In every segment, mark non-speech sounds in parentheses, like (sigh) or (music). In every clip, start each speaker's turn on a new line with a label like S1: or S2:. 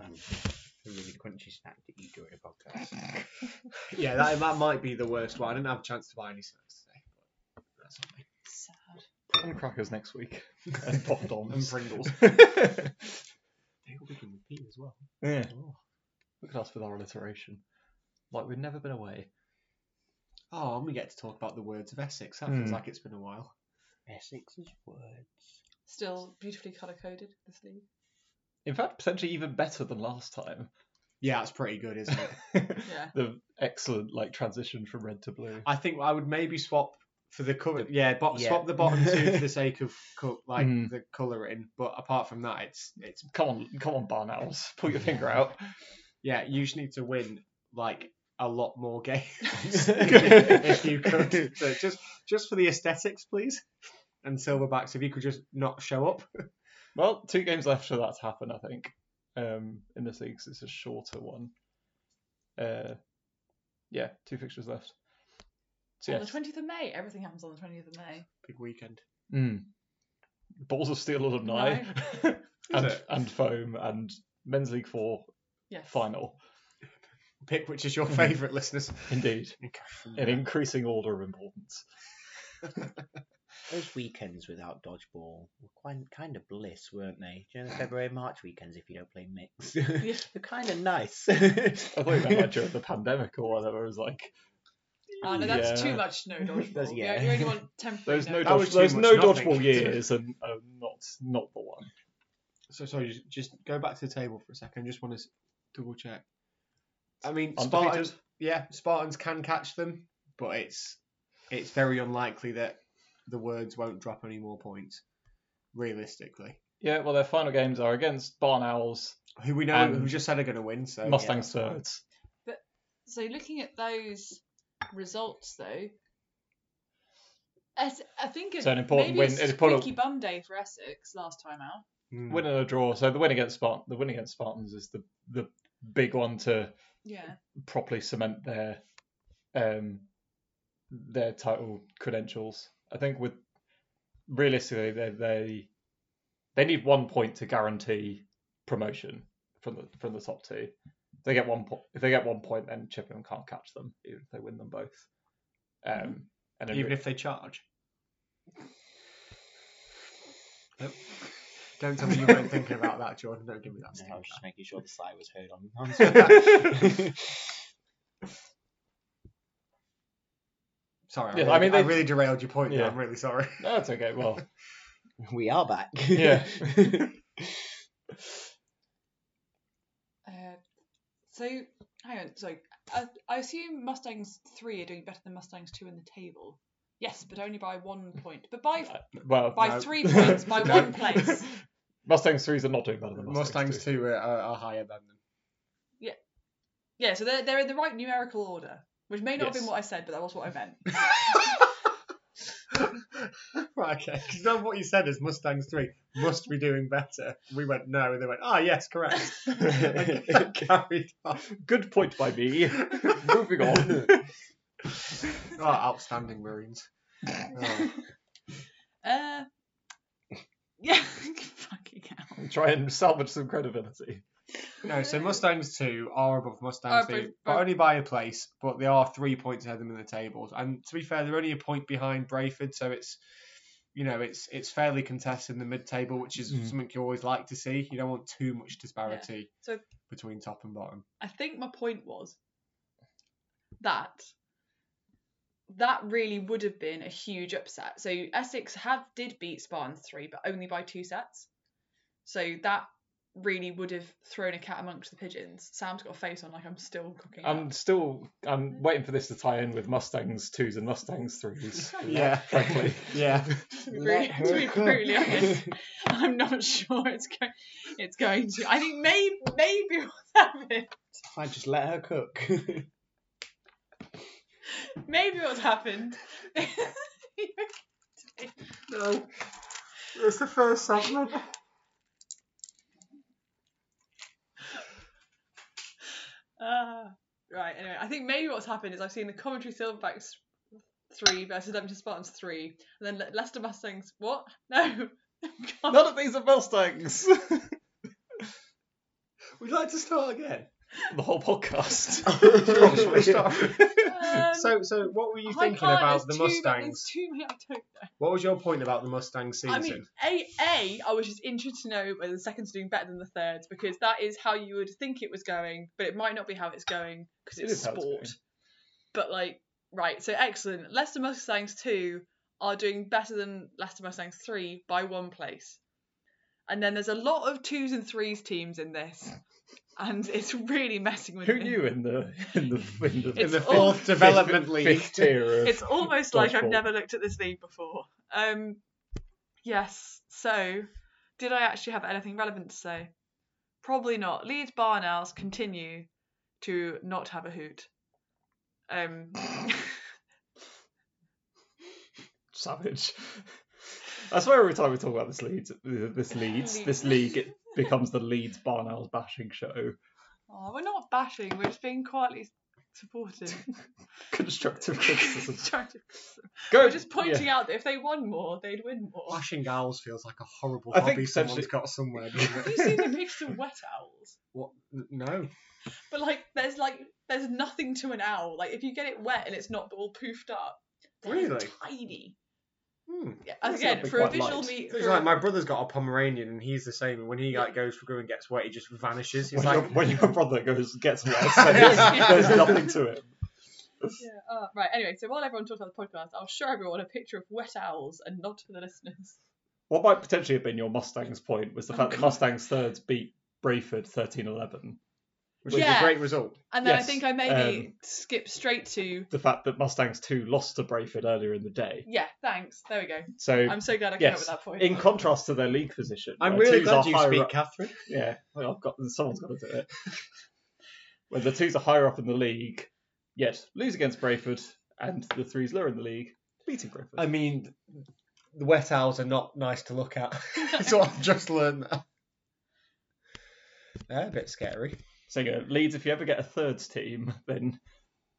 S1: um, crunchy snack to eat during a (laughs) podcast.
S2: yeah, that, that might be the worst one. I didn't have a chance to buy any snacks today. But that's on me.
S3: Sad.
S4: And crackers next week. And pop
S2: And
S4: doms.
S2: Pringles.
S1: They all begin with P as well.
S4: yeah.
S1: Oh.
S4: Look at us with our alliteration. Like we've never been away.
S2: Oh, and we get to talk about the words of Essex. That feels
S4: Hmm.
S2: like it's been a while.
S1: Essex's words.
S3: Still beautifully colour coded this league.
S4: In fact, potentially even better than last time.
S2: Yeah, it's pretty good, isn't it? (laughs)
S3: Yeah.
S4: (laughs) the excellent like transition from red to blue.
S2: I think I would maybe swap for the cover.
S1: The-
S2: yeah, bo-
S1: yeah. Hmm.
S2: swap the bottom two for the
S1: (laughs)
S2: sake of co- like
S4: Mm.
S2: the colouring. But apart from that, it's it's
S4: Come on, come on, Barnells, (laughs) pull your finger out.
S2: yeah. You just need to win like a lot more (laughs) games if you could.
S1: (laughs)
S2: So just just for the aesthetics, please. And silverbacks, if you could just not show up.
S4: Well, two games left for that to happen, I think. Um, in this league, 'cause it's a shorter one. Uh, yeah, two fixtures left. So
S3: On the
S4: yes,
S3: 20th of May. Everything happens on the 20th of May.
S2: Big weekend.
S4: Mm. balls of steel alumni, (laughs) and,
S2: it?
S4: and foam, and men's league four
S3: Yes.
S4: final.
S2: Pick which is
S1: Hmm.
S2: your favourite, listeners.
S4: Indeed, in
S2: Okay.
S4: increasing order of importance.
S1: Those weekends without dodgeball were quite, kind of bliss, weren't they? During the February March weekends, if you don't play (laughs) mix, they're
S3: Yeah,
S1: kind of nice.
S4: I
S1: (laughs)
S4: thought about like (laughs) during the pandemic or whatever. It was like
S3: Oh, no, that's
S4: Yeah.
S3: too much no
S4: (laughs)
S3: dodgeball.
S1: That's-
S3: yeah.
S1: yeah.
S3: You only want temporary
S4: there's no
S2: That was
S4: dodge,
S2: too
S4: there's
S2: much
S4: no
S2: nothing.
S4: dodgeball years, and uh, not not the one.
S2: So sorry, just, just go back to the table for a second. I just want to double check. I mean,
S4: Undefeated.
S2: Spartans. Yeah, Spartans can catch them, but it's it's very unlikely that the words won't drop any more points. Realistically,
S4: Yeah, well, their final games are against Barn Owls,
S2: who we know
S4: Um,
S2: who just said are going to win. So
S4: Mustangs thirds.
S3: So looking at those results, though, Es- I think it,
S4: So an important
S3: maybe
S4: win-
S3: a
S4: an important-
S3: squeaky bum day for Essex last time out.
S2: Mm.
S4: Win and a draw. So the win against Spartan, the win against Spartans is the the big one to
S3: Yeah,
S4: properly cement their um their title credentials. I think with realistically they they they need one point to guarantee promotion from the from the top two. If they get one point if they get one point then Chippenham can't catch them, even if they win them both. Um and then
S2: even if they charge. Nope. Don't tell me you weren't thinking about that, Jordan. Don't give me (laughs) that.
S1: No,
S2: stare.
S1: I was just making sure the site was heard (laughs) on. on
S2: (laughs) Sorry, I,
S4: Yes,
S2: really,
S4: I mean,
S2: I
S4: they-
S2: really derailed your point. there.
S4: Yeah.
S2: I'm really sorry.
S4: No, it's okay. Well,
S1: we are back.
S4: yeah.
S3: Uh, so hang on. So I, I assume Mustangs three are doing better than Mustangs two in the table. Yes, but only by one point. But
S4: Uh,
S3: by
S4: Well,
S3: by
S2: no.
S3: three points,
S4: (laughs)
S3: by
S2: No.
S3: one place.
S4: Mustangs threes are not doing better than
S2: (laughs)
S4: Mustangs.
S2: Mustangs
S4: two.
S2: too are, are are uh, higher than them.
S3: Yeah, so they're they're in the right numerical order, which may not have been
S4: Yes.
S3: what I said, but that was what I
S2: (laughs)
S3: meant. (laughs)
S2: right, (laughs) okay. Because what you said is Mustangs 3 must be doing better. We went, no. And they went, ah, yes, correct. (laughs) and (laughs) that carried on.
S4: Good point
S2: (laughs)
S4: by me. Moving on.
S2: Oh, outstanding (laughs) Marines. Oh.
S3: Uh, yeah, (laughs) fucking hell.
S4: (laughs)
S3: Um,
S4: Try and salvage some credibility.
S2: No, so Mustangs 2 are above Mustangs
S3: Are
S2: 3,
S3: above-
S2: but only by a place, but they are three points ahead of them in the tables. And to be fair, they're only a point behind Brayford, so it's. You know, it's it's fairly contested in the mid table, which is
S4: Mm.
S2: something you always like to see. You don't want too much disparity
S3: So-
S2: between top and bottom.
S3: I think my point was that that really would have been a huge upset. So Essex have did beat Spartans three, but only by two sets. So that really would have thrown a cat amongst the pigeons. Sam's got a face on like I'm still cooking.
S2: Um,
S3: up.
S4: I'm still I'm waiting for this to tie in with Mustangs twos and Mustangs
S3: (laughs)
S4: threes.
S2: Yeah,
S4: Frankly.
S2: yeah.
S5: (laughs)
S3: to be brutally, (laughs) to be
S2: (laughs)
S3: brutally honest, I'm not sure it's going. It's going to. I think maybe maybe what's happened.
S1: (laughs) I just let her cook. (laughs)
S3: Maybe what's happened. (laughs)
S2: No. It's the first segment.
S3: Ah, right. Anyway, I think maybe what's happened is I've seen the Coventry Silverbacks three versus Leamington Spartans three, and then Le- Leicester Mustangs. What?
S2: (laughs)
S3: No. God.
S4: None of these are Mustangs.
S2: We'd like to start again.
S4: (laughs) the whole podcast. (laughs)
S5: Should we start?
S3: Um,
S5: so, so what were you
S3: I
S5: thinking
S3: can't,
S5: about the
S3: there's too ma-
S5: Mustangs?
S3: there's too many I don't
S5: What was your point about the Mustang season?
S3: I mean, a a I was just interested to know whether the seconds are doing better than the thirds because that is how you would think it was going, but it might not be how it's going because
S4: It
S3: it's
S4: is how it's
S3: sport.
S4: going.
S3: but like, right, so excellent. Leicester Mustangs two are doing better than Leicester Mustangs three by one place, and then there's a lot of twos and threes teams in this, and it's really messing with
S4: Who
S3: me.
S4: knew in the in the in the,
S5: in
S3: It's
S5: the
S3: all-
S5: fourth development
S4: fifth,
S5: league.
S4: fifth tier of
S3: It's almost like I've
S4: dodgeball.
S3: never looked at this league before. Um, yes. So, did I actually have anything relevant to say? Probably not. Leeds Barn Owls continue to not have a hoot. Um,
S4: savage. I swear every time we talk about this Leeds, this Leeds, this league, it becomes the Leeds Barn Owls bashing show. (laughs)
S3: oh, we're not bashing. We're just being quietly supportive.
S4: Constructive criticism. Go.
S3: we're just pointing out that if they won more, they'd win more.
S5: Flashing owls feels like a horrible
S4: I think
S5: hobby someone's
S4: essentially-
S5: got
S2: (laughs)
S5: somewhere. doesn't
S3: Have
S5: it?
S3: you seen the pictures of wet owls?
S5: What? N- No.
S3: But like, there's like, there's nothing to an owl. Like, if you get it wet and it's not all poofed up, they're
S5: Really?
S3: tiny.
S5: Hmm.
S3: Yeah,
S4: That's
S3: again,
S4: gotta be
S3: for a
S4: quite
S3: visual
S4: light.
S3: me-
S5: It's
S3: for-
S5: like my brother's got a Pomeranian, and he's the same. When he like goes for go and gets wet, he just vanishes. He's
S4: When,
S5: like,
S4: your, when your brother goes
S5: (laughs)
S4: gets wet, so there's, there's nothing to it.
S3: yeah, uh, right. Anyway, so while everyone talks about the podcast, I'll show everyone a picture of wet owls and not for the listeners.
S4: What might potentially have been your Mustangs' point was the
S3: Oh,
S4: fact that
S3: God.
S4: Mustangs thirds beat Brayford 13-11.
S5: which is
S3: Yeah.
S5: a great result.
S3: And then
S4: Yes,
S3: I think I maybe
S4: um,
S3: skip straight to
S4: The fact that Mustangs two lost to Brayford earlier in the day.
S3: yeah. Thanks. There we go.
S4: So
S3: I'm so glad I came
S4: yes,
S3: up with that point. (laughs)
S4: in contrast to their league position,
S5: I'm
S4: where
S5: really
S4: twos
S5: glad
S4: are
S5: you
S4: higher
S5: speak,
S4: up-
S5: Catherine.
S4: Yeah, well, I've got someone's got to do it. (laughs) when the twos are higher up in the league, yes, lose against Brayford, and the threes lower in the league, beating Brayford.
S5: I mean, the wet owls are not nice to look (laughs) at. That's what I've just learned. now. They're a bit scary.
S4: So yeah, Leeds, if you ever get a thirds team, (laughs) then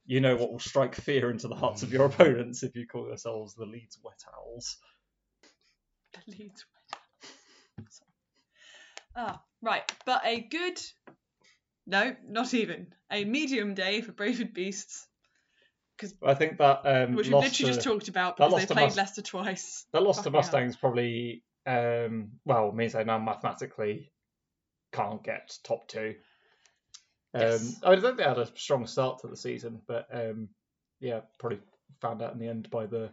S4: you know what will strike fear into the hearts of your opponents if you call yourselves the Leeds Wet Owls.
S3: The Leeds wet owls. Sorry. (laughs) Ah, right. But a good, no, not even a medium day for Braveheart Beasts,
S4: I think that um,
S3: which we
S4: loss
S3: literally
S4: to,
S3: just talked about
S4: that
S3: because they
S4: lost to
S3: played
S4: Mus-
S3: Leicester twice.
S4: that loss to
S3: fucking hell.
S4: Mustangs probably um, well means they now mathematically can't get top two. Um,
S3: Yes.
S4: I think they had a strong start to the season, but um, yeah, probably found out in the end by the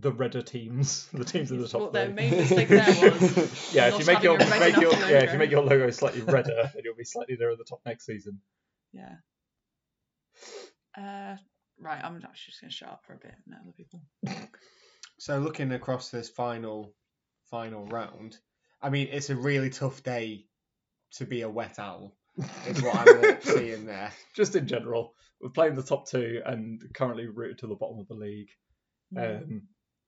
S4: the redder teams, (laughs) the teams in the top
S3: What
S4: three.
S3: their main mistake there
S4: (laughs)
S3: was.
S4: Yeah,
S3: not
S4: if you
S3: having
S4: make your
S3: a red
S4: make your
S3: enough
S4: yeah, if
S3: logo.
S4: you make your logo slightly redder, (laughs) then you'll be slightly nearer the top next season.
S3: Yeah. Uh, right, I'm actually just going to shut up for a bit and let other people.
S5: (laughs) So looking across this final final round, I mean it's a really tough day to be a wet owl. Is what (laughs) I'm seeing there.
S4: (laughs) Just in general, we're playing the top two and currently rooted to the bottom of the league.
S3: Hmm. Mm.
S4: Um,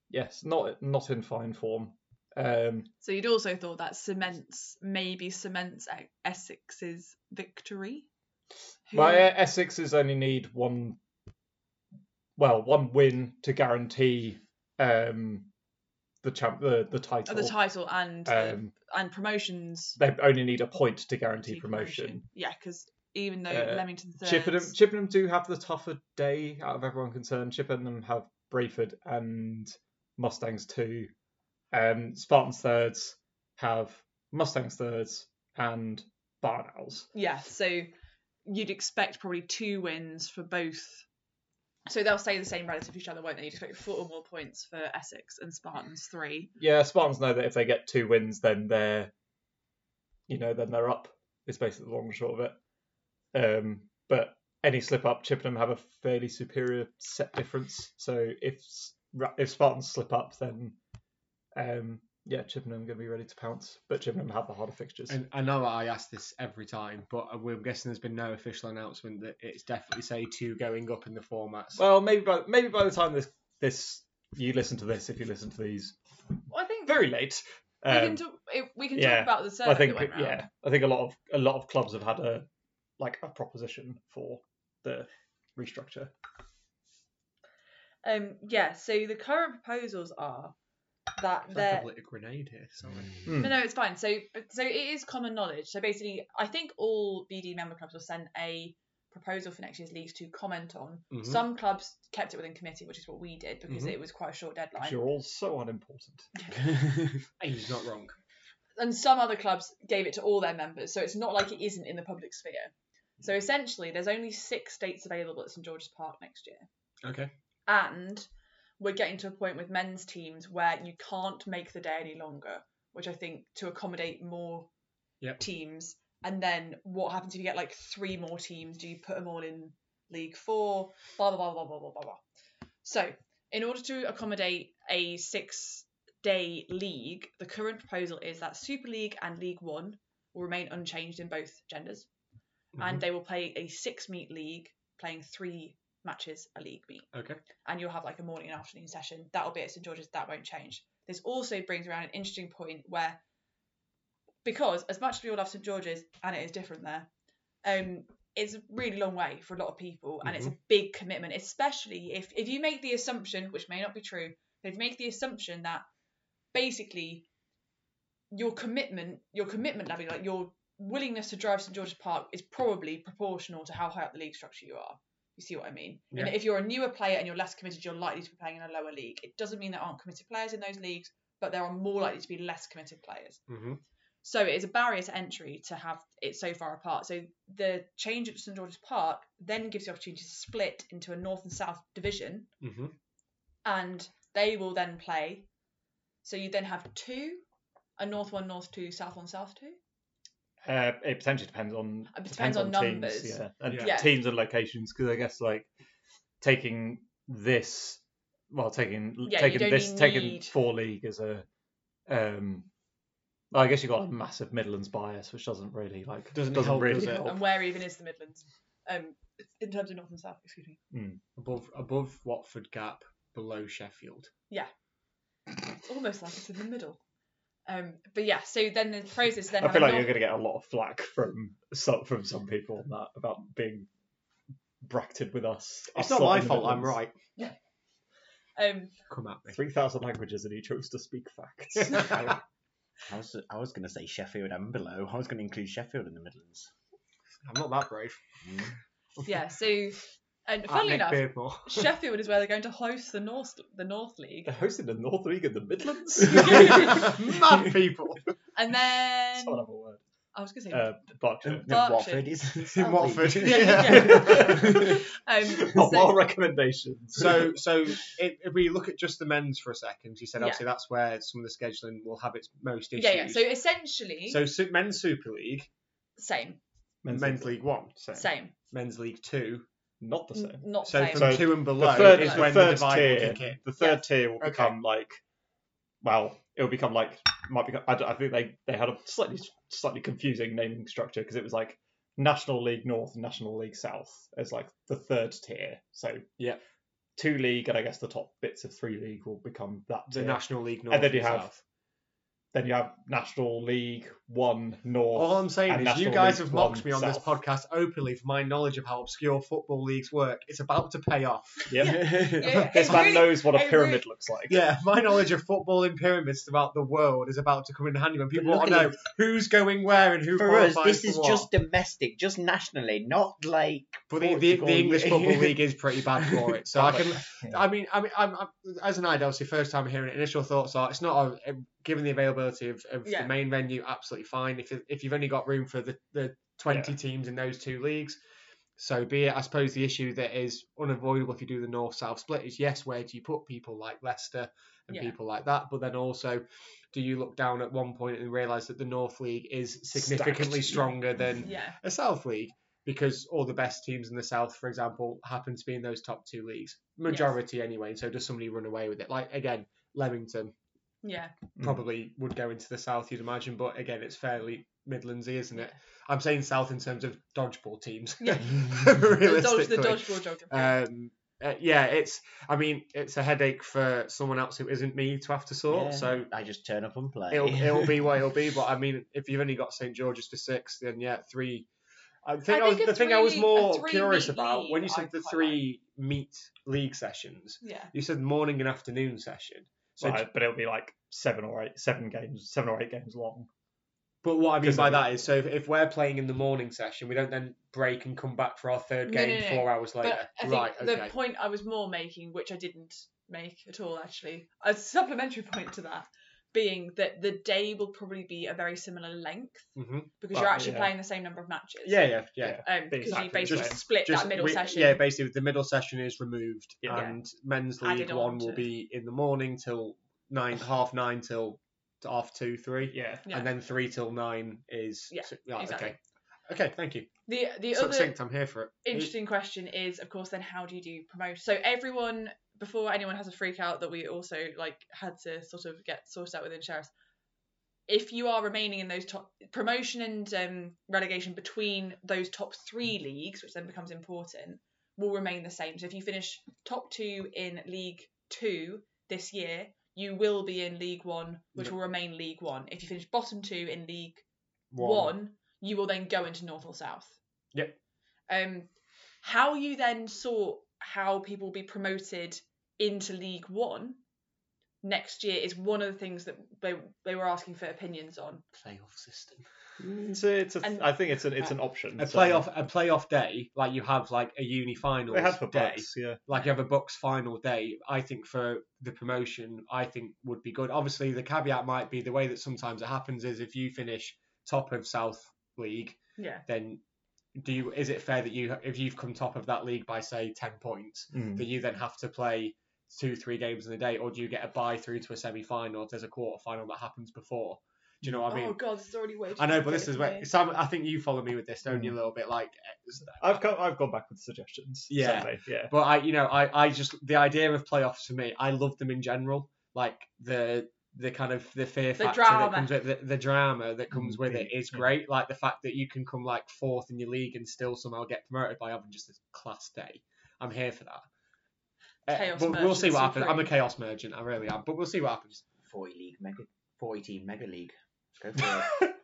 S4: yes, not not in fine form. Um,
S3: so you'd also thought that cements maybe cements E- Essex's victory. Who-
S4: my uh, Essexes only need one, well, one win to guarantee um, the champ the the
S3: oh,
S4: title.
S3: the title and
S4: Um,
S3: and promotions.
S4: they only need a point to guarantee promotion.
S3: Yeah, because even though
S4: Uh,
S3: Leamington third.
S4: Chippenham, Chippenham do have the tougher day out of everyone concerned. Chippenham have Brayford and Mustangs too. Um, Spartans thirds have Mustangs thirds and Barn Owls.
S3: Yeah, so you'd expect probably two wins for both. So they'll stay the same relative to each other, won't they? You'd expect four or more points for Essex and Spartans three.
S4: Yeah, Spartans know that if they get two wins, then they're, you know, then they're up. It's basically the long and short of it. Um, but any slip up, Chippenham have a fairly superior set difference. So if S- Ra- if Spartans slip up, then um, yeah, Chippenham are going to be ready to pounce. But Chippenham have the harder fixtures.
S5: And I know I ask this every time, but I'm guessing there's been no official announcement that it's definitely say two going up in the formats.
S4: well, maybe by maybe by the time this this you listen to this, if you listen to these,
S3: Well, I think
S4: very late.
S3: we
S4: um,
S3: can talk. It, we can
S4: yeah,
S3: talk about the survey
S4: I think
S3: that went round.
S4: yeah, I think a lot of a lot of clubs have had a like a proposition for the restructure.
S3: Um, yeah, so the current proposals are
S2: I
S3: that
S2: feel like
S3: there
S2: I've lit a grenade here. Sorry.
S4: Mm.
S3: No, no, it's fine. So, so it is common knowledge. So basically, I think all BD member clubs will send a proposal for next year's leagues to comment on.
S2: Mhm.
S4: Mm-hmm.
S3: Some clubs kept it within committee, which is what we did because it was quite a short deadline.
S4: You're all so unimportant.
S2: (laughs) Hey, He's not wrong.
S3: And some other clubs gave it to all their members, so it's not like it isn't in the public sphere. So essentially, there's only six dates available at St George's Park next year,
S2: Okay.
S3: and we're getting to a point with men's teams where you can't make the day any longer, which I think to accommodate more
S2: Yep.
S3: teams. And then what happens if you get like three more teams? Do you put them all in League Four? Blah blah blah blah blah blah blah. blah. So in order to accommodate a six day league, the current proposal is that Super League and League One will remain unchanged in both genders,
S2: Mm-hmm.
S3: and they will play a six meet league, playing three matches a league meet
S2: Mm-hmm. Okay.
S3: and you'll have like a morning and afternoon session. That'll be at St George's. That won't change. This also brings around an interesting point where, because as much as we all love St George's and it is different there, um, it's a really long way for a lot of people and it's a big commitment, especially if if you make the assumption, which may not be true, but if you make the assumption that basically your commitment, your commitment level, like your willingness to drive St George's Park is probably proportional to how high up the league structure you are. You see what I mean?
S2: Yeah.
S3: And if you're a newer player and you're less committed, you're likely to be playing in a lower league. It doesn't mean there aren't committed players in those leagues, but there are more likely to be less committed players.
S2: Mm-hmm.
S3: So it is a barrier to entry to have it so far apart. So the change at St George's Park then gives the opportunity to split into a north and south division,
S2: Mm-hmm.
S3: and they will then play. So you then have two, a north one, north two, south one, south two.
S4: Uh, it potentially depends on
S3: It depends on numbers.
S4: teams, yeah, and
S2: Yeah.
S3: Yeah.
S4: teams and locations. Because I guess like taking this, well, taking
S3: Yeah, you
S4: taking
S3: don't
S4: this,
S3: really
S4: taking
S3: need-
S4: four league as a, um, well, I guess you have got a massive Midlands bias, which doesn't really like
S2: Doesn't
S4: doesn't,
S2: help,
S4: really
S2: does it?
S4: help.
S3: And where even is the Midlands? Um, in terms of north and south, excuse me.
S2: Above above Watford Gap, below Sheffield.
S3: It's almost like it's in the middle. Um, but yeah, so then the process then.
S4: I
S3: have
S4: feel
S3: a
S4: like
S3: north-
S4: you're going to get a lot of flack from some from some people on that about being bracketed with us.
S2: It's
S4: us
S2: not
S4: lot
S2: my
S4: in the
S2: fault. I'm
S4: Midlands.
S2: right.
S3: Um,
S2: Come at (laughs) me.
S4: Three thousand languages, and he chose to speak facts.
S2: (laughs) I
S1: I was, I was going to say Sheffield and below. I was going to include Sheffield in the Midlands.
S2: I'm not that brave.
S1: Mm.
S3: yeah, so
S4: (laughs)
S3: and
S2: At
S3: funnily
S2: Nick
S3: enough, (laughs)
S2: Beardmore.
S3: Sheffield is where they're going to host the North the North League,
S4: They're hosting the North League in
S2: (laughs)
S4: the
S2: (laughs)
S4: Midlands. (laughs)
S2: Mad people.
S3: and then
S4: Someone have a word.
S3: I was going to say
S4: Uh, Berkshire.
S1: No, no,
S3: Berkshire.
S1: (laughs) Watford is
S2: In Watford.
S3: Yeah,
S4: (laughs)
S2: Yeah.
S3: um,
S4: Of
S3: (laughs)
S4: our
S3: so,
S4: recommendations. (laughs)
S2: so, so if, if we look at just the men's for a second, you said
S3: Yeah.
S2: obviously that's where some of the scheduling will have its most issues.
S3: yeah, yeah. So essentially,
S2: So su- men's Super League,
S3: same,
S2: men's, League, One, so
S3: same,
S2: men's League Two.
S4: not the
S3: N-
S4: same.
S3: not
S2: So
S3: same.
S2: from
S4: So
S2: two and
S4: The
S2: below
S4: third,
S2: is
S4: the
S2: when the
S4: third
S2: divide will
S4: tier,
S2: kick in.
S4: the third tier will
S2: Okay.
S4: become like, well, it will become like, might become. I, don't- I think they they had a slightly slightly confusing naming structure because it was like National League North, National League South as like the third tier. So
S2: Yeah.
S4: two league and I guess the top bits of three league will become that
S2: The
S4: tier.
S2: National League North and,
S4: And then you have-
S2: South.
S4: then you have National League One North.
S2: All I'm saying
S4: and
S2: is you
S4: National
S2: guys
S4: League
S2: have mocked
S4: One
S2: me on this
S4: South.
S2: podcast openly for my knowledge of how obscure football leagues work. It's about to pay off. (laughs)
S4: Yep.
S3: (laughs) Yeah,
S4: This
S3: it (laughs)
S4: man
S3: really-
S4: knows what a
S3: it
S4: pyramid
S3: really-
S4: looks like.
S2: Yeah, my knowledge of football in pyramids throughout the world is about to come in handy when people
S1: look
S2: want to
S1: at
S2: know
S1: it.
S2: who's going where and who
S1: For us, this
S2: qualifies for
S1: is
S2: what.
S1: just domestic, just nationally, not like.
S2: But the, the,
S1: Portugal.
S2: the English
S1: (laughs)
S2: football league is pretty bad for it. So I can,
S4: Yeah.
S2: I mean, I mean, I'm, I'm, as an idol, obviously, first time hearing it. Initial thoughts are it's not a, given the availability of, of
S3: Yeah.
S2: the main venue, absolutely fine. If you- if you've only got room for the, the 20
S4: Yeah.
S2: teams in those two leagues, so be it. I suppose the issue that is unavoidable if you do the north south split is yes, where do you put people like Leicester and
S3: Yeah.
S2: people like that? But then also, do you look down at one point and realise that the North League is significantly
S4: Stacked.
S2: stronger than
S3: Yeah,
S2: a South League because all the best teams in the South, for example, happen to be in those top two leagues, majority anyway. And so does somebody run away with it? Like again, Leamington
S3: yeah,
S4: Mm.
S2: probably would go into the South, you'd imagine, but again, it's fairly Midlandsy, isn't it? I'm saying South in terms of dodgeball teams. (laughs)
S3: Yeah. the, dodge, the
S2: Realistically.
S3: dodgeball geography.
S2: Um, uh, yeah, it's. I mean, it's a headache for someone else who isn't me to have to sort.
S1: Yeah,
S2: So
S1: I just turn up and play.
S2: it'll
S1: (laughs)
S2: it'll
S3: (laughs)
S2: be what it'll be. But I mean, if you've only got St George's for six, then yeah, three. I think, I
S3: think
S2: was,
S3: a
S2: the thing I was
S3: three- a
S2: more
S3: three
S2: curious
S3: meet
S2: about when you
S3: league
S2: said
S3: I'd
S2: the
S3: quite
S2: three meet league sessions,
S3: yeah,
S2: you said morning and afternoon session. So,
S4: Right, but it'll be like seven or eight, seven games, seven or eight games long.
S2: but what I mean
S4: 'Cause
S2: by
S4: of-
S2: that is, so if, if we're playing in the morning session, we don't then break and come back for our third
S3: No,
S2: game
S3: no, no.
S2: four hours later.
S3: But I think
S2: right.
S3: the
S2: Okay.
S3: point I was more making, which I didn't make at all actually, a supplementary (laughs) point to that being that the day will probably be a very similar length
S2: hmm
S3: because
S4: But,
S3: you're actually
S4: yeah.
S3: playing the same number of matches.
S2: Yeah, yeah, yeah.
S4: Yeah.
S3: Um, because
S4: Exactly.
S3: you basically
S4: Just-
S3: split
S2: Just
S3: that middle
S2: we-
S3: session.
S2: Yeah, basically the middle session is removed,
S4: Yeah.
S2: and men's
S3: Added
S2: league
S3: on
S2: one
S3: to
S2: will
S3: it.
S2: be in the morning till nine, half nine till half two, three,
S4: Yeah.
S3: Yeah.
S2: and then three till nine is
S3: Yeah,
S2: so- right,
S3: exactly.
S2: okay. Okay, thank you.
S3: The the other
S2: Succinct. I'm here for it.
S3: interesting question is, of course, then how do you do promotion? So everyone, before anyone has a freak out that we also like had to sort of get sorted out within sheriffs. If you are remaining in those top promotion and um, relegation between those top three leagues, which then becomes important, will remain the same. So if you finish top two in League Two this year, you will be in League One, which
S2: Yeah.
S3: will remain League One. If you finish bottom two in League
S2: One.
S3: one, you will then go into north or south.
S2: Yep.
S3: Um, how you then sort how people will be promoted into League One next year is one of the things that they they were asking for opinions on.
S1: Playoff system.
S4: So it's a,
S3: And-
S4: I think it's an it's an option.
S2: A
S4: so-
S2: playoff, a playoff day, like you have like a uni finals
S4: They have for
S2: day,
S4: bucks, yeah.
S2: like you have a Bucks final day. I think for the promotion, I think would be good. Obviously, the caveat might be the way that sometimes it happens is if you finish top of South League,
S3: Yeah.
S2: then do you is it fair that you if you've come top of that league by say 10 points
S4: Mm.
S2: that you then have to play two three games in a day or do you get a bye through to a semi-final if there's a quarter final that happens before do you know what i mean
S3: oh God, it's already way. too
S2: i know but this
S3: complicated
S2: is
S3: for
S2: where
S3: me.
S2: sam i think you follow me with this don't you a
S4: Mm.
S2: little bit like it's-
S4: I've come, I've gone back with suggestions.
S2: Yeah.
S4: certainly, yeah.
S2: but i you know i i just the idea of playoffs for me i love them in general like the the kind of the fear factor that
S3: drama.
S2: comes with the, the drama that comes
S4: Mm,
S2: with
S4: yeah,
S2: it is
S4: yeah.
S2: great like the fact that you can come like fourth in your league and still somehow get promoted by having just a class day i'm here for that Uh,
S3: Chaos
S2: but we'll see
S3: merchant
S2: what happens i'm a
S3: supreme.
S2: chaos merchant i really am but we'll see what
S4: (laughs)
S2: happens
S1: Forty E league mega, forty team mega league. Go for it.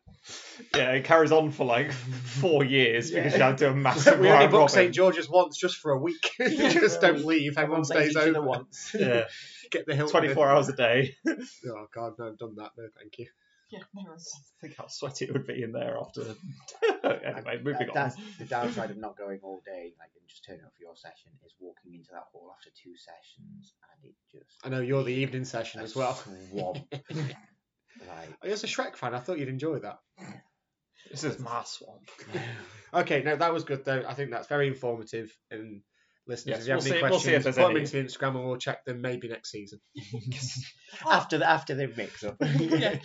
S4: yeah, it carries on for like four years because
S2: Yeah.
S4: you have to do a massive
S2: we only
S4: round
S2: book
S4: robin.
S2: st george's once just for a week (laughs)
S1: Yeah.
S2: just don't leave (laughs) everyone
S1: plays
S2: stays
S1: each other
S2: over
S1: once.
S2: (laughs)
S4: Yeah,
S2: get the hill
S4: 24 hours a day. (laughs)
S2: oh god no i've done that no thank you
S3: Yeah, there is.
S4: I think how sweaty it would be in there after. (laughs) anyway, moving
S1: That-
S4: on.
S1: That's the downside of not going all day, like and just turning up for your session, is walking into that hall after two sessions and it just
S2: i know you're the evening session
S1: a
S2: as well (laughs)
S1: Swamp. like
S2: I was a Shrek fan. I thought you'd enjoy that.
S4: This is my swamp.
S2: (laughs) Okay, no, that was good though. I think that's very informative. And listeners,
S4: Yes,
S2: if you have
S4: we'll
S2: any
S4: see- we'll
S2: questions,
S4: see if there's
S2: put them
S4: any.
S2: into Instagram and we'll check them maybe next
S4: (laughs)
S2: season.
S1: after the after the mix
S2: (laughs)
S1: up.
S3: Yeah.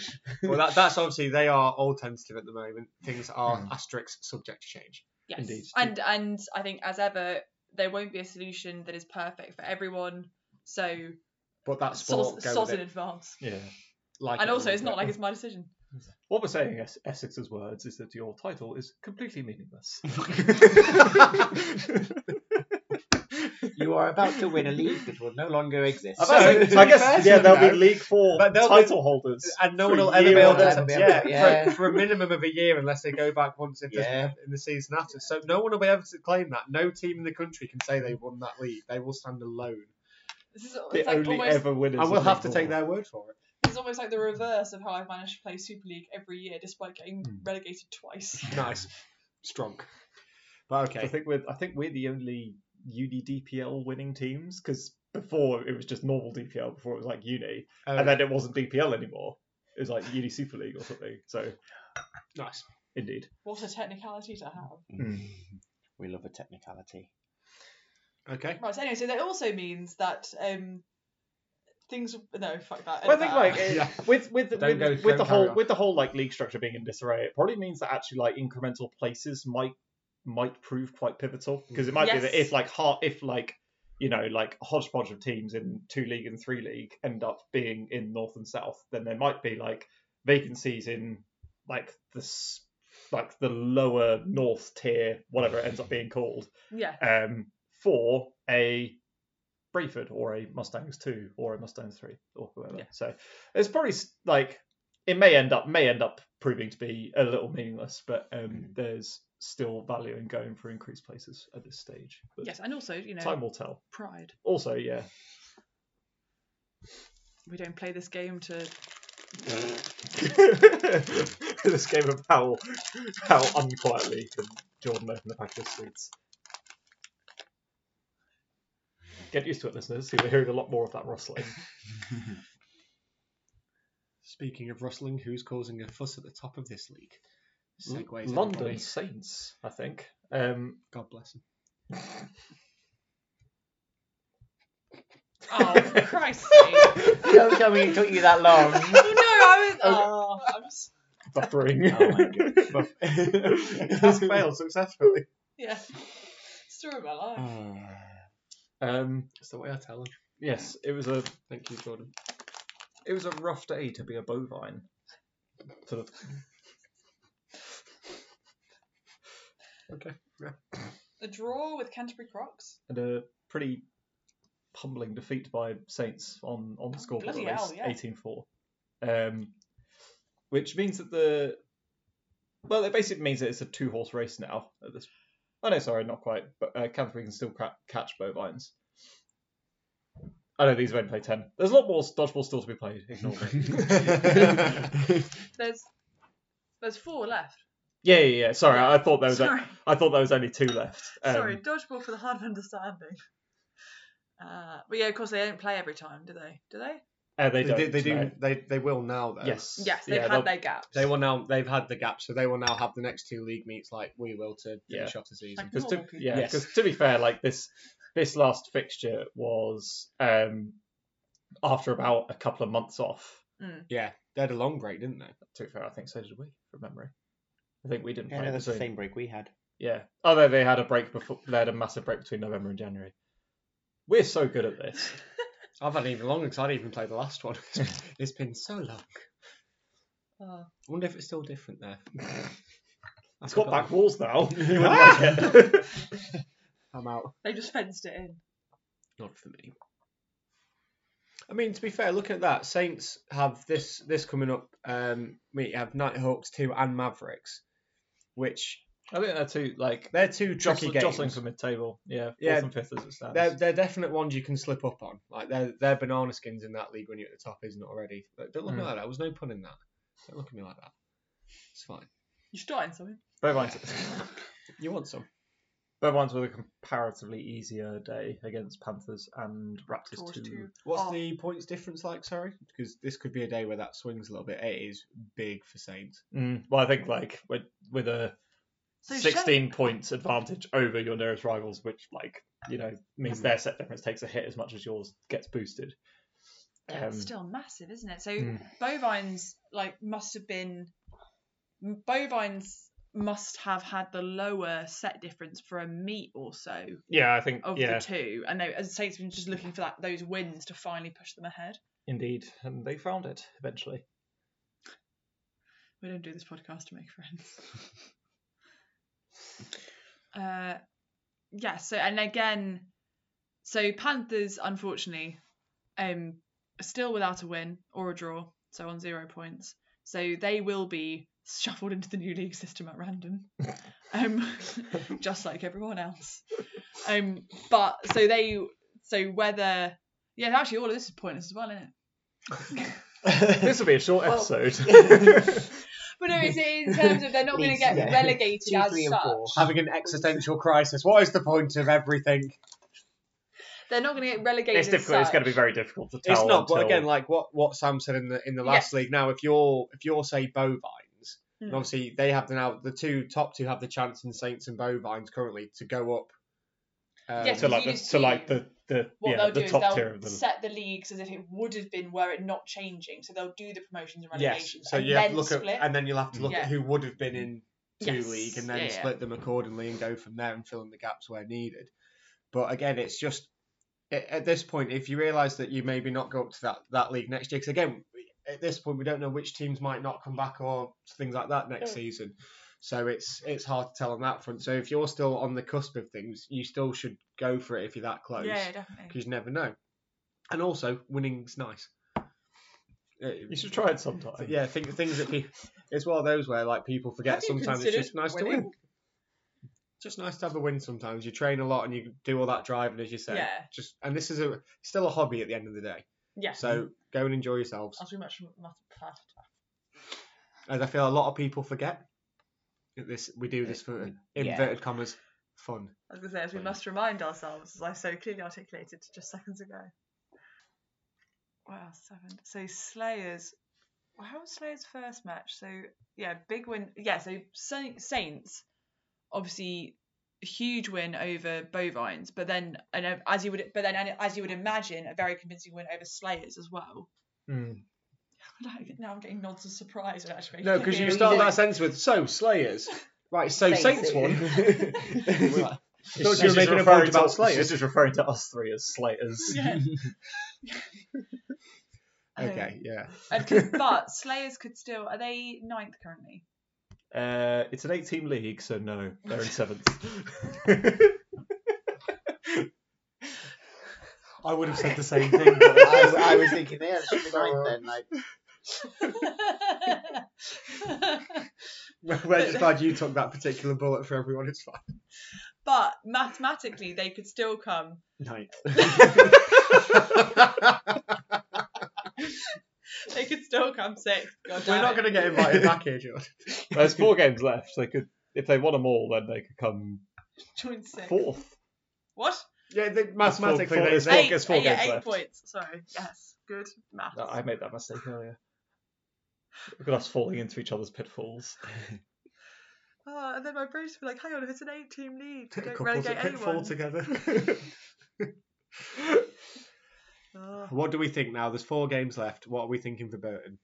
S2: well, that, that's obviously they are all tentative at the moment. Things are
S4: Mm.
S2: asterisks subject to change.
S3: Yes.
S4: Indeed.
S3: And and I think as ever, there won't be a solution that is perfect for everyone. So
S2: But that sport
S3: soz,
S2: go
S3: soz
S2: with
S3: in
S2: it,
S3: advance.
S4: Yeah.
S2: like
S3: And
S2: it
S3: also,
S2: will,
S3: it's not
S2: but-
S3: like it's my decision.
S4: What we're saying, Es- Essex's words, is that your title is completely meaningless. (laughs)
S1: you are about to win a league that will no longer exist.
S2: About
S4: So,
S2: to be
S4: I
S2: fair
S4: guess
S2: to
S4: yeah,
S2: them,
S4: there'll be
S2: though,
S4: League Four
S2: but they'll be-
S4: title holders.
S2: And no
S4: for
S2: one will
S4: a
S2: ever
S4: year
S2: be able
S4: or
S2: to
S4: less.
S1: They'll be able-
S2: yeah,
S1: yeah.
S2: For, for a minimum of a year unless they go back once if there's-
S1: Yeah.
S2: in the season after. So no one will be able to claim that. No team in the country can say they won that league. They will stand alone.
S3: This is
S4: The
S3: it's like
S4: only
S3: almost
S4: ever winners.
S2: I
S4: of
S2: will
S4: League
S2: have to
S4: Four.
S2: take their word for it.
S3: It's almost like the reverse of how I've managed to play Super League every year despite getting
S4: Hmm.
S3: relegated twice.
S2: Nice. Strong. But
S4: I
S2: okay.
S4: think we're I think we're the only uni DPL winning teams because before it was just normal DPL before it was like uni
S2: Uh,
S4: and then it wasn't DPL anymore. It was like uni Super League or something. So
S2: nice.
S4: indeed,
S3: What a technicality to have.
S2: Hmm.
S1: We love a technicality.
S2: Okay.
S3: Right, so anyway, so that also means that um things no, fuck that.
S4: Well, I think like
S3: edit
S4: it-
S2: Uh, (laughs) Yeah.
S4: with with
S2: Don't
S4: with,
S2: go-
S4: with
S2: don't
S4: the
S2: carry
S4: whole
S2: on.
S4: with the whole like league structure being in disarray, it probably means that actually like incremental places might might prove quite pivotal
S2: Mm.
S4: because it might be that
S3: Yes.
S4: if like heart if like you know like a hodgepodge of teams in two league and three league end up being in north and south, then there might be like vacancies in like this like the lower north tier, whatever it ends up being called,
S3: that. Yeah.
S4: um, for a Brayford or a Mustangs two or a Mustang three or whoever.
S3: Yeah.
S4: So it's probably s- like it may end up may end up proving to be a little meaningless, but um,
S1: Mm.
S4: there's still value in going for increased places at this stage. But
S3: Yes, and also, you know,
S4: time will tell.
S3: pride.
S4: Also, yeah,
S3: We don't play this game
S4: (laughs)
S3: to.
S4: (laughs) this game of how how unquietly can Jordan open the packet of sweets. Get used to it, listeners. You're hearing a lot more of that rustling.
S2: Speaking of rustling, who's causing a fuss at the top of this league? Segways.
S4: London
S2: everybody.
S4: Saints, I think. Um,
S2: God bless (laughs) him.
S3: Oh, for
S4: (laughs)
S3: Christ's
S1: (laughs)
S3: sake.
S1: Don't tell me it
S3: (laughs)
S1: took you that (laughs) long.
S3: No, I was. Oh, I'm s-
S4: buffering.
S1: Oh my god.
S2: Task failed successfully.
S3: yeah. Story of my
S4: Mm.
S3: life.
S4: um,
S2: That's the way I (laughs) tell them.
S4: yes, it was a
S2: Thank you, Jordan.
S4: it was a rough day to be a bovine. For the
S2: Okay.
S3: A draw with Canterbury Crocs.
S4: and a pretty humbling defeat by Saints on on the scoreboard
S3: bloody
S4: at
S3: hell,
S4: least
S3: yeah.
S4: eighteen four, um, which means that the well, it basically means that it's a two horse race now at this. Oh no, sorry, not quite. But uh, Canterbury can still cra- catch bovines. I know these only play ten. There's a lot more dodgeball still to be played. Ignore
S2: (laughs)
S4: me.
S3: There's there's four left.
S4: yeah, yeah, yeah. Sorry, I I thought there was. o-
S3: Sorry.
S4: I thought there was only two left. Um,
S3: Sorry, dodgeball for the hard of understanding. Uh, but yeah, of course they don't play every time, do they? Do they?
S4: uh, they
S2: They,
S4: don't.
S2: do, they, do, uh,
S4: no.
S2: they, they will now, though.
S4: Yes.
S3: Yes, they've
S4: Yeah,
S3: had
S4: they'll-
S3: their gaps.
S2: They will now. They've had the gap, so they will now have the next two league meets like we will to finish off the season.
S3: Like-
S4: Because to,
S1: Oh,
S3: Normal people.
S4: yeah,
S2: Yes.
S4: 'cause to be fair, like this this last fixture was um after about a couple of months off.
S2: Yeah, they had a long break, didn't they?
S4: To be fair, I think so did we from memory. I think we didn't
S1: Yeah,
S4: play
S1: no, that's the
S4: between-
S1: same break we had.
S4: Yeah, although they had a break before they had a massive break between November and January. We're so good at this.
S2: I've had it even longer because I didn't even play the last one. (laughs) it's been so long. I
S3: (laughs) Oh.
S2: wonder if it's still different (laughs) there.
S4: It's got back walls now. (laughs) You wouldn't
S2: Ah!
S4: like (laughs) it.
S2: I'm out.
S3: They just fenced it in.
S2: Not for me. I mean, to be fair, looking at that, Saints have this this coming up. Um, we have Nighthawks two and Mavericks, which
S4: I think they're two like
S2: they're two tricky
S4: jostling,
S2: games.
S4: jostling for mid table. Yeah, fourth
S2: Yeah.
S4: and fifth as it stands.
S2: They're, they're definite ones you can slip up on. Like they're, they're banana skins in that league when you're at the top, isn't it already? Like, don't look at me
S4: Mm.
S2: like that. There was no pun in that. Don't look at me like that. It's fine.
S3: You're starting something.
S4: Bovines, (laughs)
S2: You want some?
S4: Bovines with a comparatively easier day against Panthers and Raptors
S3: Draws
S4: too.
S3: two.
S2: What's
S3: Oh.
S2: the points difference like? Sorry, because this could be a day where that swings a little bit. It is big for Saints.
S4: Mm, well, I think like with with a
S3: So Shef-
S4: sixteen points advantage over your nearest rivals, which like you know means
S2: Mhm.
S4: their set difference takes a hit as much as yours gets boosted.
S3: Yeah, it's
S4: Um,
S3: still massive, isn't it? So
S4: Mm.
S3: bovines like must have been bovines must have had the lower set difference for a meet or so
S4: Yeah, I think
S3: of
S4: yeah,
S3: the two, and they as Saints been just looking for that those wins to finally push them ahead.
S4: indeed, and they found it eventually.
S3: We don't do this podcast to make friends.
S1: (laughs)
S3: uh, yeah. So and again, so Panthers unfortunately, um, are still without a win or a draw, so on zero points. So they will be shuffled into the new league system
S1: (laughs)
S3: at random, um, (laughs) just like everyone else. Um, but so they so whether yeah actually all of this is pointless as well, isn't it?
S4: (laughs) this will be a short
S3: Well-
S4: episode. (laughs)
S3: But no, it's in terms of they're not going to
S1: Leagues,
S3: get
S1: yeah. (laughs)
S3: relegated
S1: Two,
S3: as
S1: three, and
S3: such.
S1: four.
S2: Having an existential crisis. What is the point of everything?
S3: they're not going to get relegated.
S4: it's difficult. It's going to be very difficult to tell.
S2: It's not. But
S4: until-
S2: again, like what what Sam said in the in the last
S3: Yes.
S2: league. Now, if you're if you're say bovines, and
S3: Mm.
S2: obviously they have the now the two top two have the chance in Saints and bovines currently to go up. Um,
S3: Yes,
S4: to like
S3: you
S4: the,
S3: just
S4: to like
S3: see
S4: the the
S3: What
S4: yeah
S3: they'll
S4: the
S3: do is
S4: top
S3: they'll
S4: tier of them.
S3: set the leagues as if it would have been were it not changing. So they'll do the promotions and
S2: yes.
S3: relegations.
S2: So
S3: and
S2: you have
S3: then
S2: to look
S3: split.
S2: at and then you'll have to look
S3: Yeah.
S2: at who would have been in two
S3: Yes.
S2: league and then
S3: Yeah, yeah.
S2: split them accordingly and go from there and fill in the gaps where needed. But again, it's just a- at this point, if you realise that you maybe not go up to that, that league next year, because again, at this point, we don't know which teams might not come back or things like that next
S3: Mm.
S2: season. So it's it's hard to tell on that front. So if you're still on the cusp of things, you still should go for it if you're that close,
S3: Yeah, yeah,
S2: because
S3: definitely.
S2: you never know. And also, winning's nice. Uh, It-
S4: You should try it sometime.
S2: Th- yeah, think, things that people. It's one of those where like people forget
S3: Have you
S2: sometimes it's
S3: considered
S2: just nice to
S3: winning?
S2: win. Just nice to have a win sometimes. You train a lot and you do all that driving as you say.
S3: Yeah.
S2: Just and this is a still a hobby at the end of the day.
S3: Yeah. Oh.
S2: So go and enjoy yourselves.
S3: I'll do much math.
S2: As I feel a lot of people forget that this we do this for inverted commas fun.
S3: I was going to say, as we must remind ourselves, as I so clearly articulated just seconds ago. Wow, seven. So Slayers. Well, how was Slayer's first match? So yeah, big win. Yeah, so Sa- Saints, obviously huge win over Bovines, but then and uh, as you would, but then and as you would imagine, a very convincing win over Slayers as well.
S2: Hmm.
S3: (laughs) Now I'm getting nods of surprise. which actually
S2: No,
S3: makes me (laughs)
S2: because you
S3: feel
S2: start
S3: really-
S2: that sentence with so
S3: (laughs)
S2: Slayers. Right, so
S1: Saints.
S2: Saints won. (laughs)
S1: Right.
S2: you were making a point about Slayers.
S4: This is referring to us three as Slayers.
S3: (laughs) Yeah.
S2: (laughs)
S3: Oh.
S2: okay, yeah.
S3: And 'cause- but Slayers could still are they ninth currently?
S4: Uh, it's an eight-team league, so no, they're in (laughs) seventh.
S2: I would have said the same thing.
S1: (laughs)
S2: But
S4: (laughs)
S1: I, I was thinking, yeah, it should be nine then. Like,
S2: (laughs) we're, we're just glad you took that particular bullet for everyone. It's fine.
S3: but mathematically they could still come
S2: Ninth.
S3: they could still come sixth. God
S2: We're
S3: damn
S2: not
S3: it.
S2: going to get invited back here, George.
S4: There's four games left. They could, if they won them all, then they could come
S3: join sixth.
S4: fourth.
S3: What?
S2: Yeah, they, mathematically,
S4: four-
S2: they,
S4: there's
S2: they,
S4: four-
S3: eight, Oh,
S4: there's four
S3: yeah,
S4: games
S3: eight
S4: left.
S3: points. Sorry. Yes. Good math.
S4: No, I made that mistake earlier. Look at us falling into each other's pitfalls.
S3: Oh, and then my brains were like, hang on, if it's an eight team lead,
S2: they
S3: don't
S2: couples
S3: relegate
S2: that pick
S3: anyone.
S2: four
S4: (laughs)
S2: together.
S3: Oh.
S2: what do we think now? There's four games left. What are we thinking for Burton?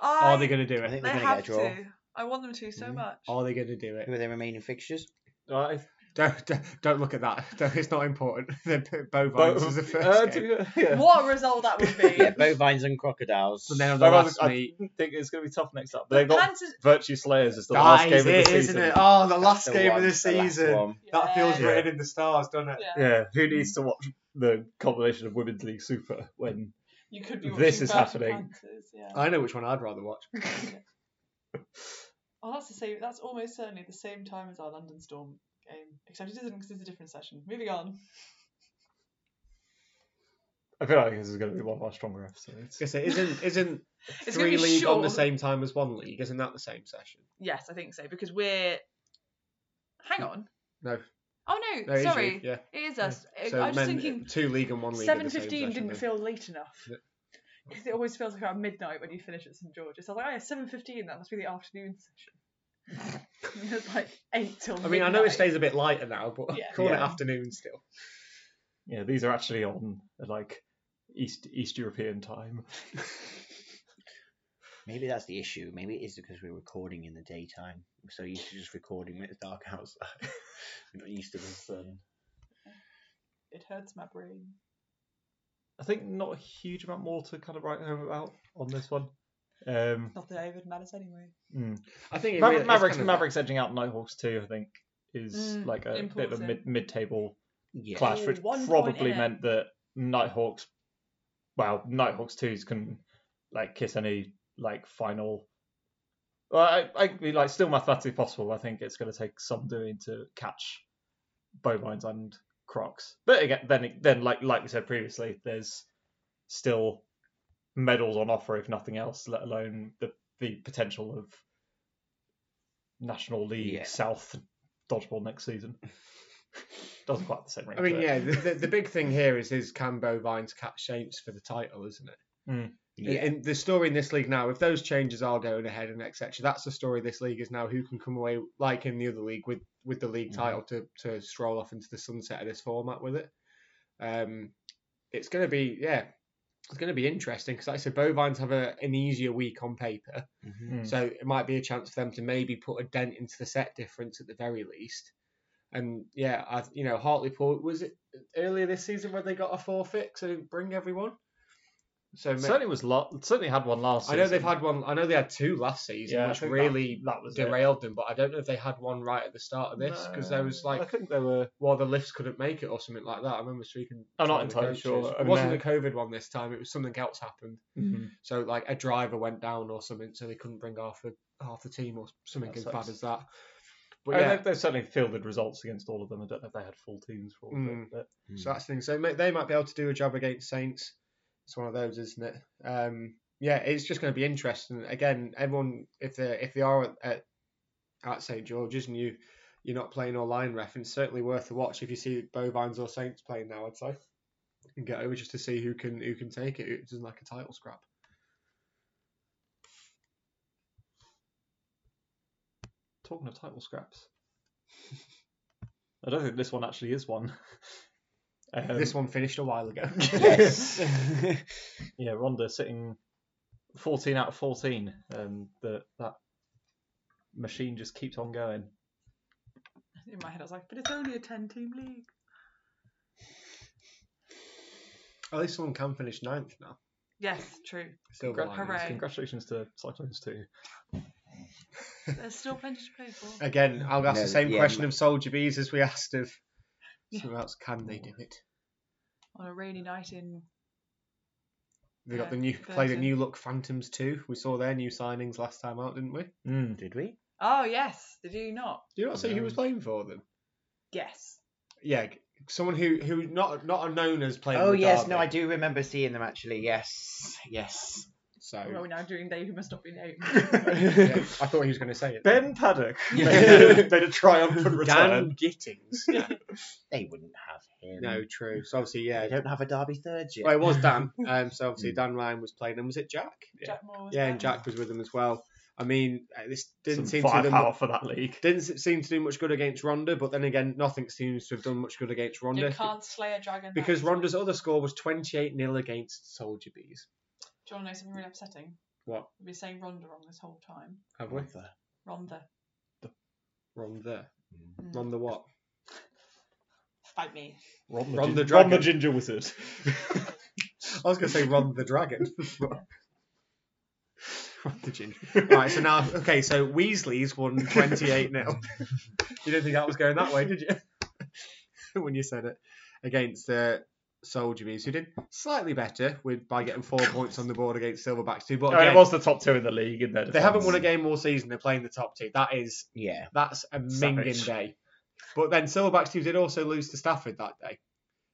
S3: I,
S2: Are they going to do
S1: I
S2: it?
S1: think
S3: they
S1: they're going to
S3: have
S1: get a draw.
S3: to. I want them to so
S1: Mhm.
S3: much.
S2: Are they going to do
S1: Who
S2: it?
S1: are their remaining fixtures?
S4: Right.
S2: Don't, don't, don't look at that. (laughs) Don't, it's not important. (laughs)
S4: Bo-
S2: Bovines is the first
S4: uh,
S2: game.
S4: do- (laughs) yeah.
S3: What a result that would be.
S1: (laughs) yeah, bovines and crocodiles.
S2: And then on the
S4: Bo-
S2: last
S4: I
S2: meet,
S4: think it's going to be tough next up. But they've got
S3: Panthers-
S4: Virtue Slayers as the last
S2: guys,
S4: game of the
S2: it
S4: season.
S2: is, isn't it? Oh, the
S1: That's
S2: last
S1: the
S2: game
S1: one,
S2: of this
S1: the last
S2: season.
S1: one.
S2: That feels
S3: Yeah.
S2: written in the stars, doesn't it?
S3: Yeah.
S4: Yeah, who needs to watch the combination of Women's League Super when
S3: You could be
S4: This
S3: watching
S4: is
S3: Virgin
S4: happening.
S3: Panthers, yeah.
S2: I know which one I'd rather watch.
S3: Oh, that's the same. That's almost certainly the same time as our London Storm game, except it isn't because it's a different session. Moving on.
S4: I feel like this is going to be one of our stronger episodes.
S2: Because it isn't isn't
S3: It's gonna
S2: three
S3: be
S2: league on the
S3: short.
S2: same time as one league. Isn't that the same session?
S3: Yes, I think so because we're. Hang on.
S2: No,
S3: Oh
S2: no,
S3: no!
S2: it is you,
S3: sorry,
S2: Yeah.
S3: it is us. I-
S2: So
S3: I was
S2: men,
S3: just thinking
S2: two league and one league. at the
S3: seven
S2: same
S3: fifteen
S2: session,
S3: didn't
S2: then.
S3: feel late enough.
S2: Yeah.
S3: Because it always feels like around midnight when you finish at St George's. I was like, oh, yeah, seven fifteen. That must be the afternoon session.
S2: (laughs)
S3: And it was like eight till.
S2: I mean, I know it
S3: midnight.
S2: stays a bit lighter now, but
S3: Yeah.
S2: call it
S4: Yeah.
S2: afternoon still.
S4: Yeah, these are actually on uh, like East East European time.
S1: Maybe that's the issue. Maybe it is because we're recording in the daytime. We're so used to just recording when it's dark outside. (laughs) we're not used to the sun.
S3: It hurts my brain.
S4: I think not a huge amount more to kind of write home about on this one. Um,
S3: Not that it even matters anyway.
S4: mm.
S2: I think it
S4: Maver-
S2: really- it's
S4: Mavericks,
S2: kind of-
S4: Mavericks edging out Nighthawks too. I think is
S3: Mm,
S4: like a bit of a mid
S3: important.
S4: mid table
S1: Yeah.
S4: clash,
S3: Oh,
S4: which
S3: one point
S4: probably
S3: in it.
S4: meant that Nighthawks, well, Nighthawks twos can like kiss any like final. Well, I, I it'd be, like still mathematically possible. I think it's going to take some doing to catch bovines and crocs. But again, then then like like we said previously, there's still medals on offer if nothing else, let alone the the potential of National League
S1: Yeah.
S4: South dodgeball next season. Doesn't quite have the same ring.
S2: I mean,
S4: to it.
S2: yeah, the, the, the big thing here is is can Bovines catch Saints for the title, isn't it?
S1: Yeah.
S2: And the story in this league now, if those changes are going ahead and etc., that's the story this league is now. Who can come away like in the other league with with the league
S1: Mhm.
S2: title to to stroll off into the sunset of this format with it? Um, it's going to be yeah, it's going to be interesting because like I said, Bovines have a, an easier week on paper,
S1: Mhm.
S4: Mm.
S2: so it might be a chance for them to maybe put a dent into the set difference at the very least. And yeah, I you know Hartlepool was it earlier this season where they got a forfeit so bring everyone. So ma-
S4: certainly was lo- certainly had one last.
S2: I know they've
S4: season.
S2: had one. I know they had two last season,
S4: Yeah, I
S2: which
S4: think
S2: really
S4: that was it.
S2: derailed them. But I don't know if they had one right at the start of this because there was
S4: No, I
S2: like,
S4: think they were.
S2: well, the lifts couldn't make it or something like that. I remember speaking.
S4: I'm
S2: to
S4: not
S2: one of the
S4: entirely
S2: coaches.
S4: sure. I
S2: It
S4: mean,
S2: wasn't
S4: they're-
S2: the COVID one this time. It was something else happened. So like a driver went down or something, so they couldn't bring half the half the team or something
S4: That
S2: as
S4: sucks. Oh,
S2: bad as that.
S4: I
S2: But
S4: mean,
S2: yeah,
S4: they've, they've certainly fielded results against all of them. I don't know if they had full teams for all of
S2: Mm.
S4: it. But
S2: So that's the thing. So ma- they might be able to do a job against Saints. It's one of those, isn't it? Um, yeah, it's just going to be interesting. Again, everyone, if they if they are at, at at St George's and you you're not playing or line reference, certainly worth a watch if you see Bovines or Saints playing now. I'd say and get over just to see who can who can take it. It doesn't like a title scrap.
S4: Talking of title scraps, I don't think this one actually is one. Um,
S2: this one finished a while ago.
S4: (laughs)
S2: (laughs)
S4: Yes. yeah, Ronda sitting 14 out of 14. Um, the, that machine just keeps on going.
S3: In my head, I was like, but it's only a 10 team league.
S2: At least someone can finish ninth now.
S3: Yes, true.
S2: Silver linings.
S3: Hooray.
S4: Congratulations to Cyclones too.
S3: There's still plenty to
S2: (laughs)
S3: play for.
S2: Again, I'll ask
S1: No,
S2: the same
S1: yeah,
S2: question
S1: ma-
S2: of Soldier Bees as we asked of
S3: Yeah.
S2: someone else. Can they do it?
S3: On a rainy night in.
S2: They got
S3: Yeah,
S2: the new
S3: fair
S2: play the
S3: to-
S2: new look Phantoms too. We saw their new signings last time out, didn't we?
S4: Mm.
S1: Did we?
S3: Oh, yes. Did you not?
S2: Do you not see who was
S4: No.
S2: playing for them?
S3: Yes.
S2: Yeah, g- someone who who not not unknown as playing.
S1: oh
S2: with
S1: yes,
S2: Derby.
S1: no, I do remember seeing them actually. Yes, yes.
S2: So
S3: Well, we're now doing they who must not be named.
S2: (laughs)
S3: (laughs)
S2: yeah, I thought he was going to say it.
S4: Ben Paddock made, a,
S2: Yeah.
S4: made
S2: (laughs)
S4: a triumphant
S2: Dan
S4: return.
S2: Gittings.
S1: They wouldn't have him.
S2: no, true. So obviously,
S1: they
S2: yeah.
S1: don't have a Derby third yet.
S2: Well, it was Dan. Um, so obviously, Dan Ryan was playing, and was it Jack?
S3: Jack Moore was
S2: Yeah,
S3: there.
S2: and Jack was with them as well. I mean, uh, this didn't seem
S4: Some
S2: to do them.
S4: firepower for that league.
S2: Didn't s- seem to do much good against Ronda, but then again, nothing seems to have done much good against
S3: You
S2: Ronda
S3: can't slay a dragon.
S2: because
S3: that easily.
S2: Ronda's other score was 28 0 against Soldier Bees.
S3: Do you want to know something really upsetting?
S2: What
S3: We've been saying Ronda wrong this whole time.
S2: have we?
S1: Rather.
S3: Ronda.
S2: Ronda.
S1: Mm.
S3: Mm.
S2: Ronda what?
S3: Fight me.
S4: Ron the,
S2: Ron
S4: gin-
S2: the
S4: Ron the
S2: Dragon.
S4: Ginger Wizard. (laughs)
S2: I was going to say Ron the Dragon. Ron the Ginger. Right, so now, okay, so Weasley's won 28 0. you didn't think that was going that way, did you? (laughs) when you said it. Against uh, Soldier Bees, who did slightly better with by getting four points on the board against Silverbacks too. But
S4: I mean,
S2: again,
S4: Oh, it was the top two in the league. In their
S2: they haven't won a
S4: defence.
S2: game all season. They're playing the top two. That is
S1: Yeah.
S2: that's a minging
S4: Savage.
S2: day. But then Silverbacks team did also lose to Stafford that day.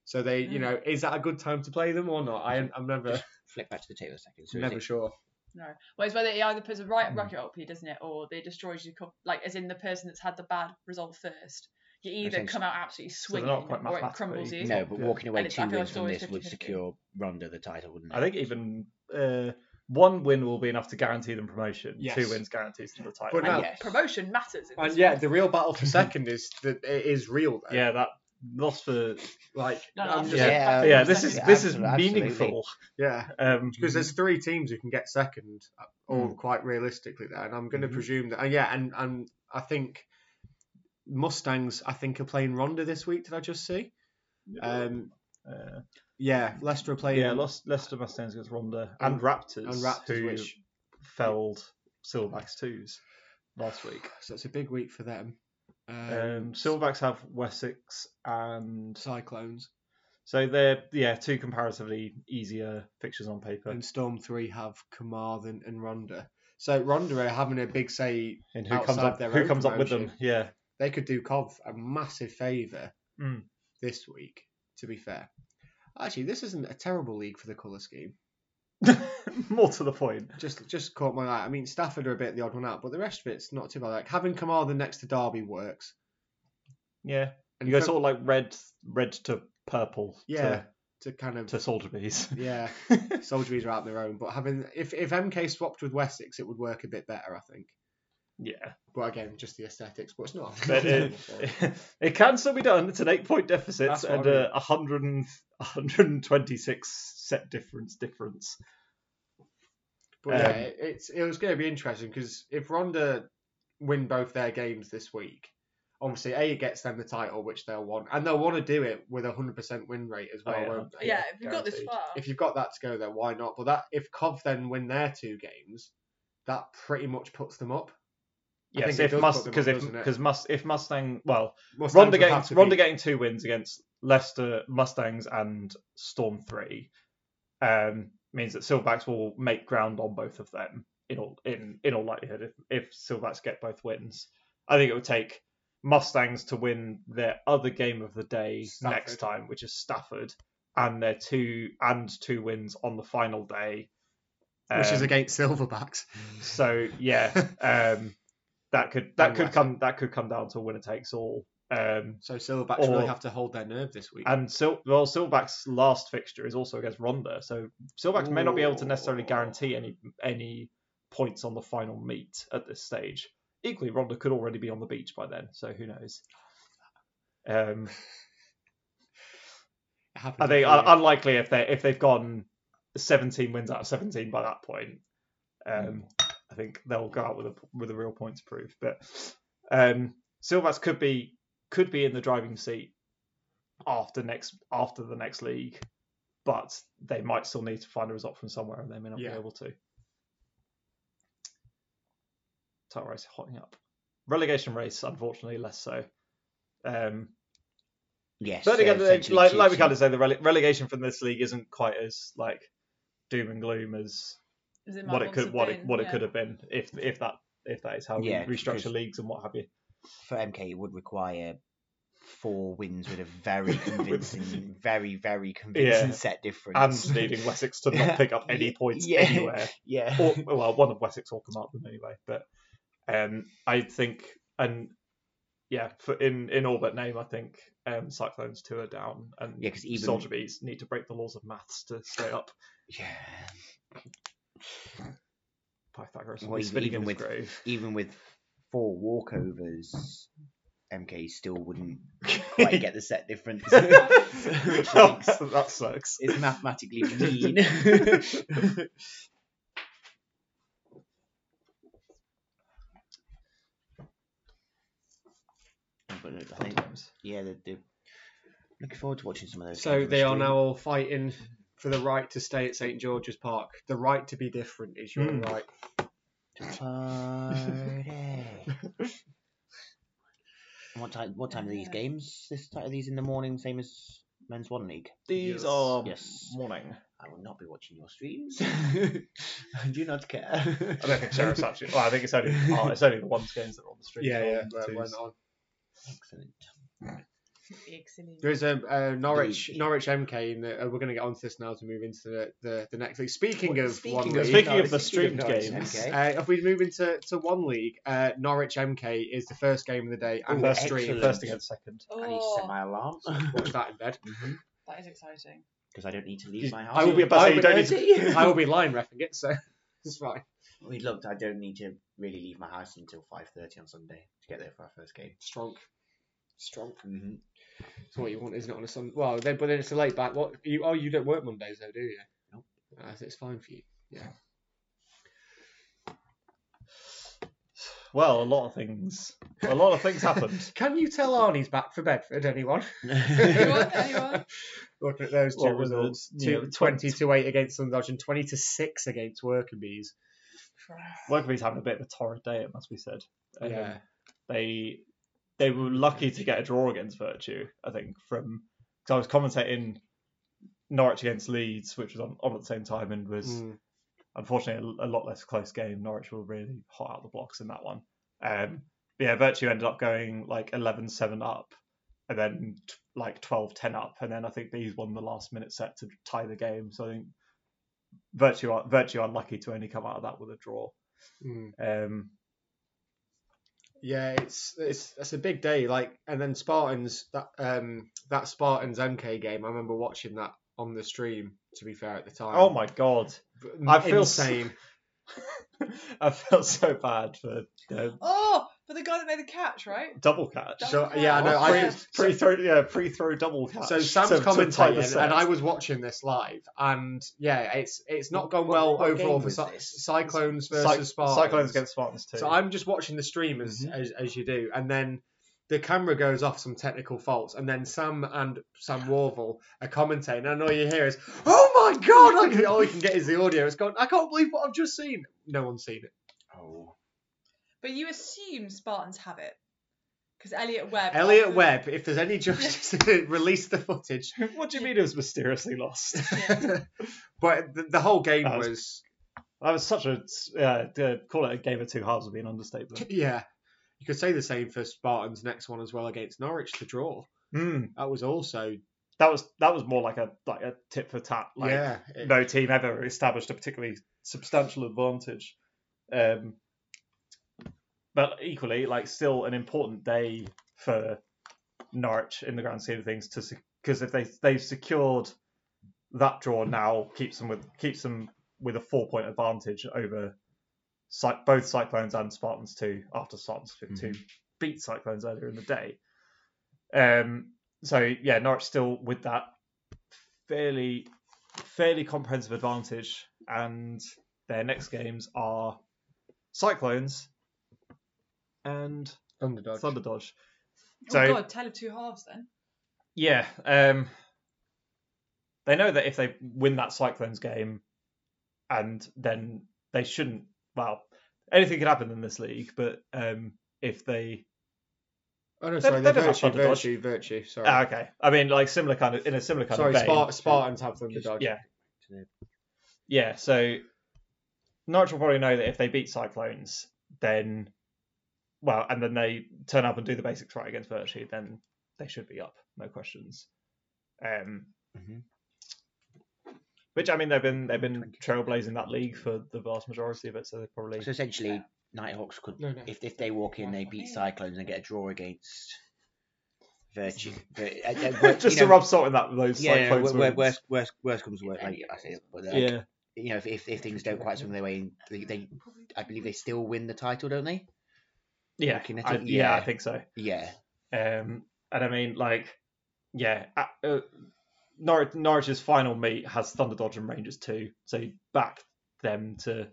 S2: So they, you
S3: Mm.
S2: know, is that a good time to play them or not? I, I'm never,
S1: Flip back to the table a second. So is
S2: never
S1: it-
S2: sure.
S3: No. Well, it's whether it either puts a right
S4: Mm.
S2: Hmm.
S3: bracket up for you, doesn't it? Or they destroys you, co- like, as in the person that's had the bad result first. You either
S1: Essentially.
S3: come out absolutely
S4: they're
S3: swinging
S4: not quite
S3: or it crumbles
S4: mathematically-
S3: you.
S1: no, but
S4: Yeah.
S1: walking away
S3: And it's- I
S1: two
S3: feel like
S1: wins
S3: it's
S1: from
S3: always
S1: this would
S3: 50-50.
S1: secure Ronda the title, wouldn't it?
S4: I think even uh, one win will be enough to guarantee them promotion.
S2: Yes.
S4: Two wins guarantees them the title.
S2: But no.
S3: And
S1: Yes.
S3: promotion matters. In
S2: And
S3: this
S2: yeah,
S3: one.
S2: the real battle
S4: (laughs)
S2: for second is that it is real. Though.
S4: yeah, that loss for
S2: like
S3: No, no,
S2: I'm
S3: I'm
S2: just-
S3: just-
S2: yeah,
S1: Yeah,
S4: yeah. This is
S1: Yeah,
S4: this is
S1: absolutely,
S4: meaningful. Um,
S2: because there's three teams who can get second, uh,
S4: Mm.
S2: all quite realistically there, and I'm going to
S4: Mhm.
S2: presume that. And yeah, and and I think Mustangs, I think, are playing Ronda this week. Did I just see? Um,
S4: uh,
S2: yeah, Leicester are playing.
S4: yeah, lost Leicester Mustangs against Ronda and,
S2: And-
S4: Raptors,
S2: and Raptors,
S4: who
S2: which
S4: felled Silverbacks twos last week.
S2: so it's a big week for them.
S4: Um,
S2: Um,
S4: Silverbacks have Wessex and
S2: Cyclones
S4: so they're yeah two comparatively easier fixtures on paper.
S2: and Storm Three have Carmarthen and Ronda. So Ronda are having a big say.
S4: And who comes
S2: outside
S4: up?
S2: their
S4: Who
S2: own
S4: comes up with them?
S2: promotion.
S4: Yeah.
S2: They could do Cov a massive favour
S4: Mm.
S2: this week. To be fair, actually, this isn't a terrible league for the colour scheme.
S4: (laughs) More to the point.
S2: just just caught my eye. I mean, Stafford are a bit the odd one out, but the rest of it's not too bad. Like having Kamara next to Derby works.
S4: Yeah.
S2: And
S4: You go sort of like red, red to purple.
S2: yeah to, kind of
S4: To, to
S2: (laughs)
S4: soldier bees. (laughs)
S2: yeah. Soldier Bees are out on their own, but having if if MK swapped with Wessex, it would work a bit better, I think.
S4: yeah.
S2: But again, just the aesthetics. But it's not.
S4: (laughs) But it, (laughs) it can still be done. It's an eight-point deficit
S2: That's what
S4: and
S2: I
S4: a 100 and, 126 set difference. Difference.
S2: (laughs) But yeah,
S4: Um,
S2: it- it's it was going to be interesting because if Ronda win both their games this week, obviously A it gets them the title which they'll want, and they'll want to do it with a hundred percent win rate as
S4: Oh,
S2: well,
S4: yeah.
S2: won't they?
S3: yeah, if you've got this
S4: guaranteed.
S3: far.
S2: if you've got that to go, then why not? But that if Cov then win their two games, that pretty much puts them up. I
S4: Yes,
S2: think it
S4: if
S2: does
S4: Must
S2: put them
S4: because
S2: up,
S4: if
S2: doesn't it?
S4: because Must if Mustang well
S2: Mustangs
S4: Ronda
S2: would have
S4: getting
S2: to
S4: Ronda
S2: beat-
S4: getting two wins against Leicester Mustangs and Storm three um, means that Silverbacks will make ground on both of them in all in in all likelihood if if Silverbacks get both wins. I think it would take Mustangs to win their other game of the day
S2: Stafford.
S4: next time, which is Stafford, and their two and two wins on the final day,
S2: which is
S4: Um,
S2: against Silverbacks.
S4: So yeah, um, that could that
S2: And
S4: could
S2: West
S4: come that could come down to winner takes all. Um,
S2: So Silverbacks
S4: Or-
S2: really have to hold their nerve this week.
S4: and Sil- well, Silback's last fixture is also against Ronda, so Silback may not be able to necessarily
S2: Ooh.
S4: guarantee any any points on the final meet at this stage. Equally, Ronda could already be on the beach by then, so who knows? Um,
S2: It happens
S4: I think
S2: every
S4: un-
S2: year.
S4: unlikely if they if they've gone 17 wins out of 17 by that point. Um, I think they'll go out with a with a real points proof. But um, Silvas could be could be in the driving seat after next after the next league, but they might still need to find a result from somewhere, and they may not
S2: Yeah.
S4: be able to. Title race hotting up. Relegation race, unfortunately, less so. Um,
S1: Yes.
S4: but again,
S1: so
S4: they-
S1: essentially
S4: like, like we
S1: Chelsea-
S4: kind of say, the rele- relegation from this league isn't quite as like doom and gloom as
S3: As in my
S4: what it
S3: bonds
S4: could
S3: have
S4: what it
S3: been,
S4: what it
S3: yeah. (laughs)
S4: could have been if if that if that is how
S1: Yeah,
S4: we restructure
S1: because-
S4: leagues and what have you.
S1: for MK, it would require four wins with a very
S4: (laughs)
S1: convincing, very, very convincing
S4: Yeah.
S1: set difference.
S4: And needing Wessex to not pick up any
S1: Yeah,
S4: points
S1: yeah.
S4: anywhere,
S1: (laughs) yeah.
S4: or well, one of Wessex will come up with anyway. But um, I think and yeah, for in in all but name, I think um, Cyclones two are down, and
S1: Yeah, 'cause even-
S4: Soldier Bees need to break the laws of maths to
S1: (laughs)
S4: stay up.
S1: yeah.
S4: Pythagoras
S1: Well,
S4: well,
S1: even-
S4: spinning
S1: even
S4: in his
S1: with-
S4: grave.
S1: Even with four walkovers, MK still wouldn't quite get the set difference. (laughs) Which
S4: Oh,
S1: makes-
S4: (laughs) that sucks.
S1: is mathematically mean. but I think, yeah, they're, they're looking forward to watching some of those. games
S2: So
S1: on the
S2: they are
S1: stream.
S2: now all fighting for the right to stay at St George's Park. The right to be different is your
S4: Mm.
S2: right.
S1: Friday. And (laughs) what time? What time are these
S3: Yeah.
S1: games? This time are these in the morning, same as men's one league.
S4: These
S2: Yes.
S4: are
S1: Yes.
S4: morning.
S1: I will not be watching your
S4: (laughs)
S1: streams. I do not care.
S4: I don't think Sheriff's actually. Well, I think it's only oh, it's only the ones games that are on the stream.
S2: Yeah,
S4: not
S2: yeah.
S4: the
S2: we're- we're
S4: twos.
S2: not on.
S1: Excellent.
S3: Excellent.
S2: There is a, a Norwich
S1: League.
S2: Norwich MK, and uh, we're going to get onto this now to move into the, the, the next league. Speaking
S1: Well,
S2: of
S1: speaking
S2: one
S1: of-
S2: league,
S4: Speaking
S1: No,
S4: of the
S1: speaking
S4: streamed
S1: of noise,
S4: games,
S1: okay.
S2: Uh, if we move into to one league, uh, Norwich MK is the first game of the day and
S1: Ooh,
S2: the
S4: first,
S1: excellent.
S2: stream.
S4: first against second.
S1: I need to set my alarm
S4: Oh.
S1: (laughs)
S2: Watch that in bed.
S3: Oh, that is exciting.
S1: because I don't need to leave my house.
S2: I will be I
S4: about to say, you
S2: would
S4: don't
S2: urge-
S1: need to-
S2: I will be line refing it, so (laughs) it's fine.
S1: We looked. I don't need to really leave my house until five thirty on Sunday to get there for our first game.
S2: Strong. Strong.
S4: (laughs)
S1: Mm-hmm. (laughs)
S2: It's what you want, isn't it? On a Sunday. Well, then, but then it's a late back. What you? Oh, you don't work Mondays, though, do you?
S1: Nope.
S2: Uh, so it's fine for you.
S4: Well, a lot of things. A lot of things happened. (laughs)
S2: Can you tell Arnie's back for Bedford? Anyone?
S3: Anyone?
S2: (laughs)
S3: Anyone?
S2: Looking at those two
S4: Well, with the-
S2: results:
S4: you know,
S2: two,
S4: twen-
S2: 20 to eight against Sundodge and twenty to six against Workerbees.
S4: Workabee's having a bit of a torrid day, it must be said. Um,
S2: Yeah.
S4: they they were lucky to get a draw against Virtue, I think, from because I was commentating Norwich against Leeds, which was on, on at the same time and was
S2: Mm.
S4: unfortunately a, a lot less close game. Norwich were really hot out the blocks in that one. Um, but yeah, Virtue ended up going like 11-7 up, and then t- like 12-10 up, and then I think these won the last minute set to tie the game. So I think Virtue are, Virtue are lucky to only come out of that with a draw.
S2: Mm.
S4: Um,
S2: Yeah, it's it's that's a big day. Like, and then Spartans that um that Spartans MK game. I remember watching that on the stream. To be fair, at the time.
S4: oh my god. (laughs)
S2: M-
S4: I feel so-
S2: insane.
S4: I felt so bad for uh,
S3: Oh, for the guy that made the catch, right?
S4: double catch.
S3: Double
S2: So, yeah, I know.
S3: catch.
S2: I
S3: Yeah.
S4: Pre- Pre throw, yeah, pre throw double catch.
S2: so Sam's
S4: to- to tie
S2: commentating,
S4: the
S2: and,
S4: set.
S2: I was watching this live, and yeah, it's it's not gone
S1: What-
S2: well
S1: what game
S2: overall for
S1: was
S2: Cy-
S1: this?
S2: Cyclones
S4: Cy-
S2: versus Spartans.
S4: Cyclones against Spartans too.
S2: So I'm just watching the stream as,
S1: Mhm.
S2: as as you do, and then the camera goes off some technical faults, and then Sam and Sam Warville are commentating, and all you hear is, "Oh my god!" I can, all you can get is the audio. It's gone. I can't believe what I've just seen. No one's seen it.
S1: Oh,
S3: But you assume Spartans have it. Because Elliot Webb.
S2: Elliot Webb, if there's any justice, (laughs) release the footage.
S4: (laughs) what do you mean it was mysteriously lost?
S3: Yeah.
S2: but the, the whole game
S4: That was-
S2: was,
S4: I was such a uh, to call it a game of two halves would be an understatement.
S2: (laughs) yeah. You could say the same for Spartans' next one as well against Norwich, the draw.
S4: Mm.
S2: That was also
S4: that was that was more like a like a tit for tat. Like,
S2: yeah, it-
S4: no team ever established a particularly substantial advantage. Um, but equally, like, still an important day for Norwich in the grand scheme of things, to because if they they've secured that draw now keeps them with keeps them with a four point advantage over Cy- both Cyclones and Spartans two after Spartans 2 beat Cyclones earlier in the day. Um, so yeah, Norwich still with that fairly fairly comprehensive advantage, and their next games are Cyclones and
S2: underdog.
S4: Thunder Dodge.
S3: oh
S4: So-
S3: god, tell of two halves then.
S4: Yeah, um, they know that if they win that Cyclones game, and then they shouldn't. Well, anything could happen in this league, but um, if they
S2: Oh no,
S4: They're-
S2: sorry,
S4: they're
S2: they're
S4: not
S2: virtue,
S4: Thunderdog.
S2: virtue, virtue. Sorry,
S4: ah, okay, I mean like similar kind of in a similar kind
S2: sorry.
S4: of vein.
S2: Spart- Spartans have underdog.
S4: yeah. Yeah, so Norwich will probably know that if they beat Cyclones, then well, and then they turn up and do the basics right against Virtue, then they should be up, no questions. Um,
S1: Mhm.
S4: which I mean they've been they've been trailblazing that league for the vast majority of it, so they probably
S1: So essentially, Nighthawks could,
S2: No, no.
S1: if if they walk in, they beat Cyclones and get a draw against
S4: (laughs)
S1: Virtue. But, uh, uh, but,
S4: just
S1: you
S4: to
S1: know,
S4: rub salt in that those
S1: yeah, wor-
S4: Cyclones.
S1: wor-
S4: wins.
S1: worst, worst, worst comes to worst. Like, I say, but like,
S4: yeah,
S1: you know, if, if, if things don't quite swing their way, in, they, they, I believe they still win the title, don't they?
S4: yeah,
S1: Looking at
S4: I,
S1: it,
S4: yeah, I
S1: yeah.
S4: think so.
S1: Yeah.
S4: Um, and I mean, like, yeah, uh, uh, Norwich, Norwich's final meet has Thunder Dodge and Rangers too, so you back them to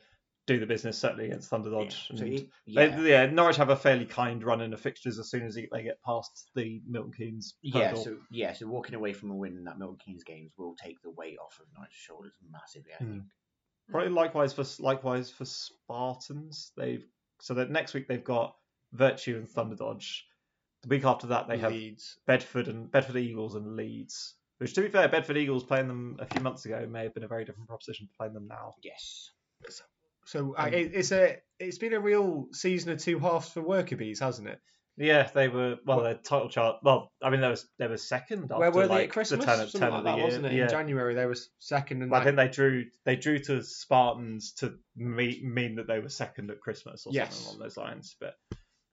S4: do the business certainly against Thunder Dodge.
S1: So uh,
S4: and-
S1: you-
S4: they-
S1: yeah.
S4: yeah, Norwich have a fairly kind run in of fixtures as soon as they get past the Milton Keynes.
S1: Yeah,
S4: hurdle.
S1: so yeah, so walking away from a win in that Milton Keynes games will take the weight off of Norwich's shoulders massively. I
S2: Mm.
S1: think.
S4: Probably likewise for likewise for Spartans. They've so that next week they've got Virtue and Thunder Dodge. The week after that they have
S2: Leeds.
S4: Bedford and Bedford Eagles and Leeds. Which, to be fair, Bedford Eagles playing them a few months ago may have been a very different proposition to playing them
S1: Hmm.
S4: now.
S1: Yes.
S2: So
S4: Um,
S2: I, it, it's a it's been a real season of two halves for worker bees, hasn't it?
S4: Yeah, they were well, their title chart. Well, I mean, they was they were second. After,
S2: Where were they
S4: like,
S2: at Christmas?
S4: The turn of,
S2: Something
S4: turn
S2: like
S4: of the
S2: that,
S4: year.
S2: wasn't it?
S4: Yeah.
S2: In January they were second and
S4: But I
S2: like,
S4: think they drew they drew to Spartans to me, mean that they were second at Christmas or
S2: Yes.
S4: something along those lines. But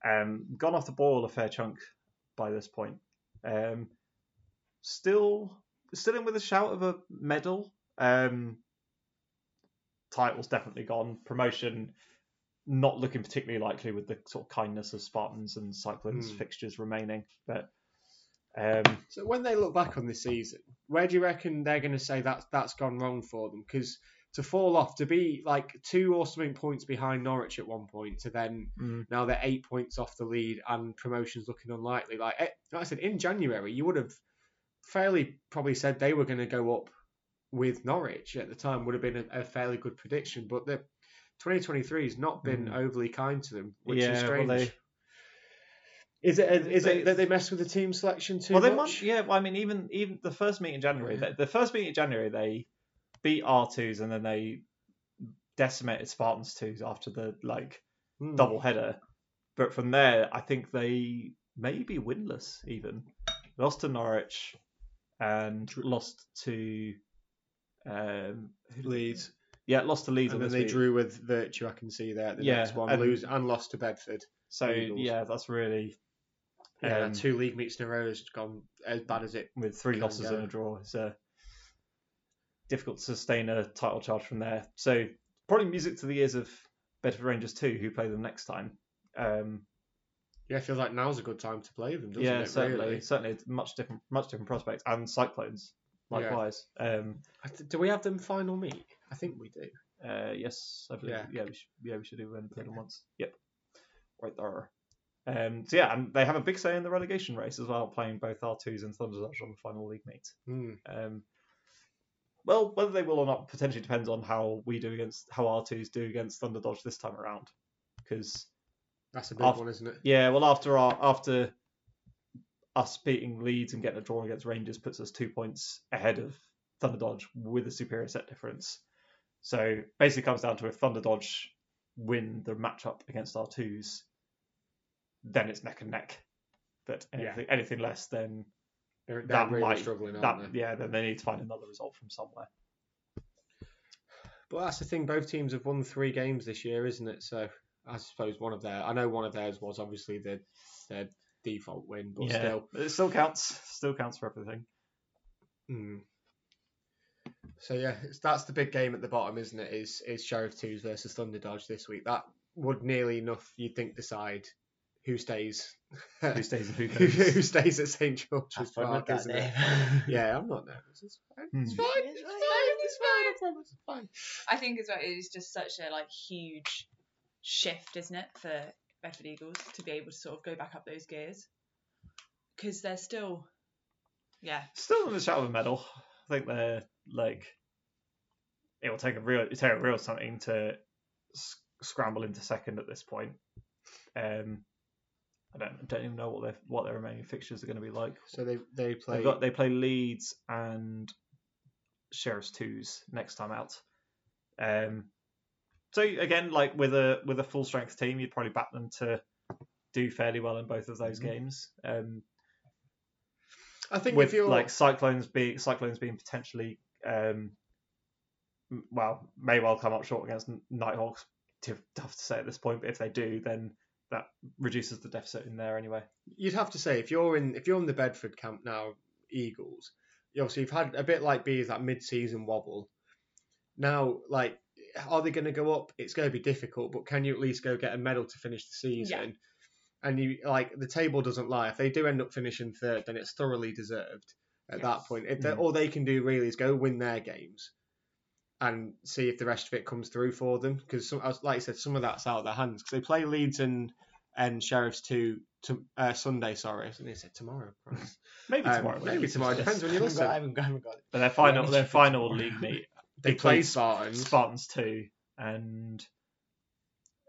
S4: um, gone off the boil a fair chunk by this point. Um, still still in with a shout of a medal. Um, title's definitely gone. Promotion not looking particularly likely with the sort of kindness of Spartans and Cyclones
S2: Hmm.
S4: fixtures remaining. But um,
S2: So when they look back on this season, where do you reckon they're going to say that that's gone wrong for them? Because to fall off, to be like two or something points behind Norwich at one point, to then
S4: Mm.
S2: now they're eight points off the lead and promotion's looking unlikely. Like, eh, like I said, in January you would have fairly probably said they were going to go up with Norwich at the time would have been a, a fairly good prediction, but the 2023 has not been
S4: Mm.
S2: overly kind to them, which
S4: Yeah,
S2: is
S4: well,
S2: strange.
S4: they-
S2: Is it is
S4: They-
S2: it that they messed with the team selection too
S4: well, they
S2: much?
S4: might, yeah. Well, I mean, even even the first meet in January,
S2: Yeah.
S4: the, the first meet in January, they beat R twos and then they decimated Spartans twos after the like
S2: Hmm.
S4: double header. But from there, I think they may be winless even. Lost to Norwich and lost to um,
S2: Leeds.
S4: yeah, lost to Leeds.
S2: And
S4: on
S2: then
S4: this
S2: they
S4: week.
S2: drew with Virtue, I can see there. at The
S4: Yeah,
S2: next one,
S4: and-
S2: lose and lost to Bedford.
S4: So
S2: Eagles.
S4: yeah, that's really
S2: Yeah,
S4: um,
S2: two league meets in a row has gone as bad as it.
S4: with three
S2: Can
S4: losses
S2: go.
S4: and a draw. It's uh, difficult to sustain a title charge from there. So probably music to the ears of Bedford Rangers too, who play them next time. Um,
S2: Yeah, it feels like now's a good time to play them, doesn't
S4: yeah,
S2: it?
S4: certainly,
S2: Really?
S4: certainly, it's much different, much different prospects, and Cyclones
S2: Yeah.
S4: likewise. Um,
S2: I th- Do we have them final meet? I think we do.
S4: uh, yes, I believe. Yeah,
S2: Yeah.
S4: we should, yeah, we should do them them once. Yep, right there. Um, so yeah, and they have a big say in the relegation race as well, playing both R twos and Thunder Dodge on the final league meet.
S2: Hmm.
S4: Um, well, whether they will or not potentially depends on how we do against how our twos do against Thunder Dodge this time around. Because
S2: That's a big
S4: Off-
S2: one, isn't it?
S4: yeah, well after our after us beating Leeds and getting a draw against Rangers puts us two points ahead of Thunder Dodge with a superior set difference. So basically comes down to if Thunder Dodge win the matchup against our twos, then it's neck and neck. But
S2: Yeah.
S4: anything, anything less, then They're-
S2: They're
S4: that
S2: really
S4: might
S2: struggling,
S4: that
S2: aren't they?
S4: yeah. Then they need to find another result from somewhere.
S2: But that's the thing. Both teams have won three games this year, isn't it? So I suppose one of their. I know one of theirs was obviously their their default win, but
S4: yeah,
S2: still.
S4: it still counts. Still counts for
S2: (laughs)
S4: everything.
S2: Mm. So yeah, it's, that's the big game at the bottom, isn't it? Is is Sheriff Twos versus Thunder Dodge this week? That would nearly enough you'd think decide who stays (laughs)
S4: Who stays (laughs) and who
S2: who,
S4: goes?
S2: who stays at St
S1: That's
S2: George's
S1: why I'm
S2: Park,
S1: not that
S2: isn't it?
S1: name.
S2: (laughs) Yeah, I'm not nervous. It's fine.
S4: Hmm.
S2: It's fine. It's fine. It's fine. I promise. It's fine.
S3: I think as well it is just such a like huge shift, isn't it, for Bedford Eagles to be able to sort of go back up those gears because they're still, yeah,
S4: Still in the shadow of a medal. I think they're like it will take a real it'll take a real something to s- scramble into second at this point. Um, I don't I don't even know what their what their remaining fixtures are going to be like.
S2: So they they
S4: They've
S2: play.
S4: got they play Leeds and Sheriff's Twos next time out. Um, so again, like with a with a full strength team, you'd probably back them to do fairly well in both of those
S2: Mhm.
S4: games. Um,
S2: I think
S4: with
S2: if you're
S4: like Cyclones being Cyclones being potentially um, m- well may well come up short against N- Nighthawks. Tough tough to say at this point, but if they do, then that reduces the deficit in there anyway.
S2: you'd have to say if you're in if you're in the Bedford camp now, Eagles, you obviously you've had a bit like B's that mid season wobble. Now, like, are they going to go up? It's going to be difficult, but can you at least go get a medal to finish the season? And you like the table doesn't lie. If they do end up finishing third, then it's thoroughly deserved at that
S3: Yes.
S2: point. If they-
S4: Mhm.
S2: all they can do really is go win their games. And see if the rest of it comes through for them, because like I said, some of that's out of their hands. Because they play Leeds and and Sheriffs two to uh, Sunday. Sorry, and they said tomorrow. Christ.
S4: Maybe
S2: Um,
S4: tomorrow.
S2: maybe tomorrow.
S1: (laughs)
S2: Depends when you
S1: I haven't got-
S2: listen.
S1: I haven't got, I haven't got it.
S4: But their final
S1: Yeah.
S4: their final league meet
S2: They
S4: They played
S2: play Spartans.
S4: Spartans two and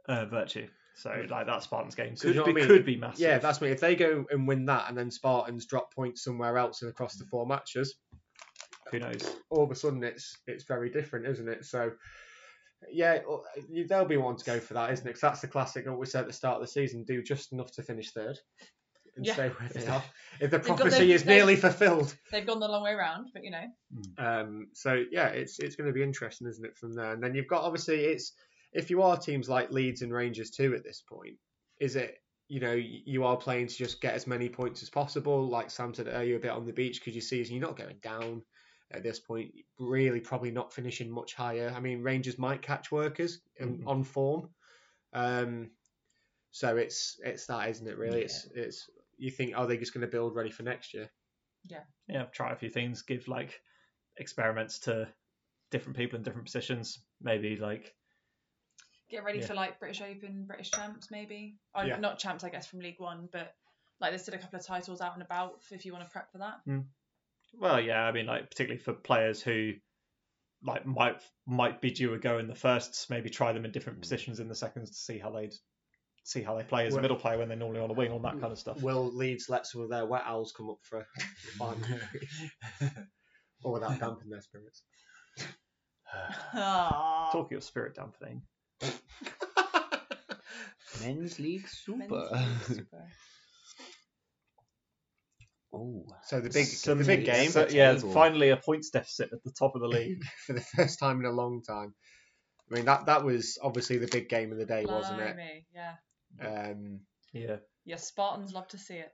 S4: uh, Virtue. So like that Spartans game
S2: Mm. So do you
S4: could
S2: know
S4: be
S2: what I mean?
S4: could be massive.
S2: yeah, that's me. If they go and win that, and then Spartans drop points somewhere else and across the four matches,
S4: who knows.
S2: all of a sudden it's it's very different, isn't it? So. Yeah, well, you- there'll be one to go for that, isn't it? 'Cause that's the classic. What we said at the start of the season: do just enough to finish third, and
S3: Yeah.
S2: stay where they are. If the
S3: got
S2: prophecy
S3: their-
S2: is nearly fulfilled,
S3: they've gone the long way around. But you know,
S2: Um, so yeah, it's it's going to be interesting, isn't it, from there? And then you've got obviously it's if you are teams like Leeds and Rangers too at this point, is it you know y- you are playing to just get as many points as possible? Like Sam said earlier, a bit on the beach because you see you're not going down at this point. Really, probably not finishing much higher. I mean, Rangers might catch workers um,
S4: Mhm.
S2: on form. Um, so it's it's that, isn't it? Really, it's it's you think are they just going to build ready for next year?
S4: Yeah, try a few things, give like experiments to different people in different positions. Maybe like
S3: get ready
S4: Yeah.
S3: for like British Open, British Champs maybe. Or
S2: Yeah.
S3: Not champs, I guess, from League One, but like there's still a couple of titles out and about if you want to prep for that.
S4: well, yeah, I mean like particularly for players who like might might be due a go in the firsts, maybe try them in different
S1: Mm.
S4: positions in the seconds to see how they'd see how they play as
S2: Well-
S4: a middle player when they're normally on a wing, all that kind of stuff.
S2: Will Leeds let some of their wet owls come up for
S4: (laughs)
S2: fun? (laughs) or without damping their spirits? (laughs)
S3: Ah.
S4: Talking of spirit dampening.
S1: Men's League Super.
S3: Men's League
S2: (laughs)
S3: (laughs) Super.
S1: oh,
S2: so the big,
S4: Some-
S2: the big game
S4: So,
S1: That's
S4: yeah,
S1: terrible.
S4: finally a points deficit at the top of the league.
S2: (laughs) for the first time in a long time. I mean that that was obviously the big game of the day, wasn't it?
S3: Blimey, Yeah.
S2: Um,
S4: yeah,
S3: Yeah, Spartans love to see it.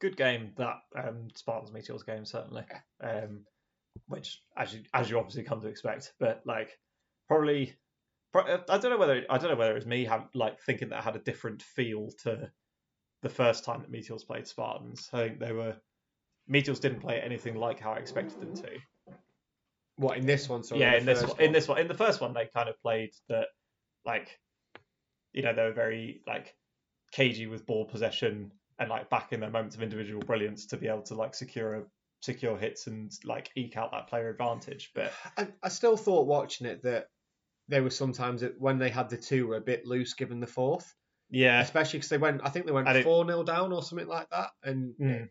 S4: good game that um, Spartans Meteors game certainly, um, which as you as you obviously come to expect, but like probably. pro- uh, I don't know whether I don't know whether it was me have, like thinking that had a different feel to the first time that Meteors played Spartans. I think they were Meteors didn't play anything like how I expected them to.
S2: what in this one? Sorry,
S4: yeah,
S2: the
S4: in this
S2: first
S4: one, in this one, in the first one, they kind of played that, like, you know, they were very like cagey with ball possession and like back in their moments of individual brilliance to be able to like secure secure hits and like eke out that player advantage. But
S2: I, I still thought watching it that they were sometimes when they had the two were a bit loose given the fourth,
S4: yeah,
S2: especially because they went. I think they went
S4: I don't-
S2: four 0 down or something like that, and
S4: Mm.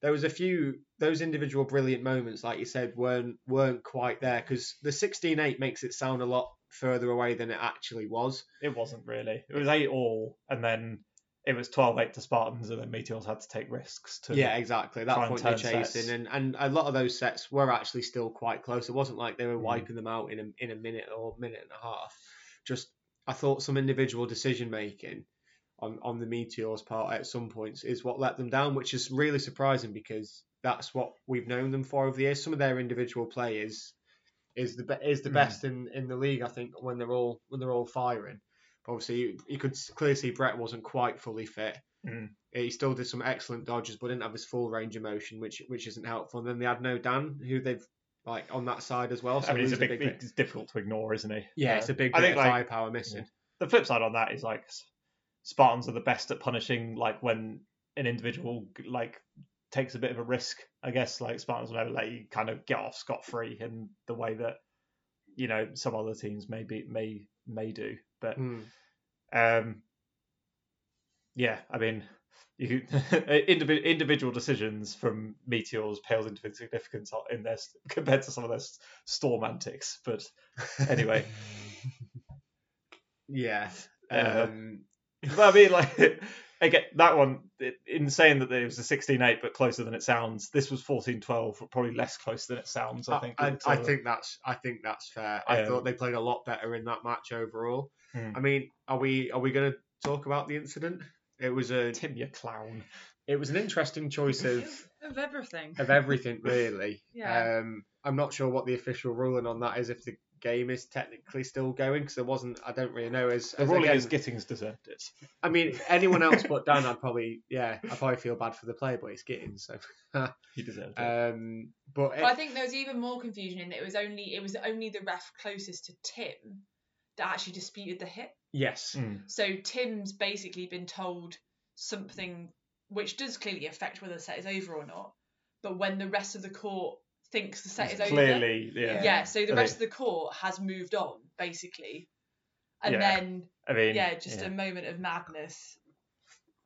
S2: there was a few those individual brilliant moments, like you said, weren't weren't quite there because the 16-8 makes it sound a lot further away than it actually was.
S4: it wasn't really. It was eight all, and then it was 12-8 to Spartans, and then Meteors had to take risks to
S2: yeah, exactly. At
S4: try
S2: That
S4: and
S2: point they're
S4: turn
S2: chasing,
S4: sets.
S2: and, and a lot of those sets were actually still quite close. It wasn't like they were
S4: Mhm.
S2: wiping them out in a, in a minute or minute and a half. Just I thought some individual decision making on on the Meteors part at some points is what let them down, which is really surprising because that's what we've known them for over the years. Some of their individual play is is the be- is the
S4: Mhm.
S2: best in, in the league, I think, when they're all when they're all firing. Obviously, you, you could s- clearly see Brett wasn't quite fully fit.
S4: Mm.
S2: He still did some excellent dodges, but didn't have his full range of motion, which which isn't helpful. And then they had no Dan, who they've like on that side as well. So
S4: I mean, he's a
S2: losing
S4: big,
S2: bit.
S4: he's difficult to ignore, isn't he?
S2: yeah,
S4: Uh,
S2: it's a big
S4: I
S2: bit
S4: think
S2: of
S4: like
S2: firepower missing.
S4: the flip side on that is like S- Spartans are the best at punishing like when an individual like takes a bit of a risk. I guess like Spartans will never let you kind of get off scot free in the way that you know some other teams may be may may do. But
S2: Mm.
S4: um, yeah, I mean, (laughs) you indivi- individual decisions from meteors pales into insignificance in their compared to some of their s- storm antics. But (laughs) anyway.
S2: Yeah.
S4: Yeah.
S2: Um,
S4: (laughs) but I mean, like, again, that one, it, in saying that it was a 16 8, but closer than it sounds, this was 14 12, probably less close than it sounds, I think.
S2: I,
S4: It's,
S2: I
S4: uh,
S2: think that's I think that's fair. I
S4: Yeah.
S2: thought they played a lot better in that match overall.
S4: Mm.
S2: I mean, are we are we going to talk about the incident? It was a
S4: Tim, you clown.
S2: it was an interesting choice of
S3: of everything.
S2: of everything really.
S3: Yeah.
S2: Um, I'm not sure what the official ruling on that is if the game is technically still going because there wasn't. I don't really know. As,
S4: The
S2: as
S4: ruling
S2: again-
S4: is Gittings deserved it.
S2: I mean, anyone else but Dan, I'd probably yeah, I probably feel bad for the player, but it's getting so.
S4: He deserved it.
S2: Um, but
S3: But I
S2: it,
S3: think there was even more confusion in that it was only it was only the ref closest to Tim that actually disputed the hit.
S2: yes,
S4: Mm.
S3: So Tim's basically been told something which does clearly affect whether the set is over or not. But when the rest of the court thinks the set is over,
S4: Clearly, yeah.
S3: yeah. So the
S4: I
S3: rest of
S4: think-
S3: the court has moved on basically, and
S4: Yeah.
S3: then
S4: I mean,
S3: yeah, just a moment of madness.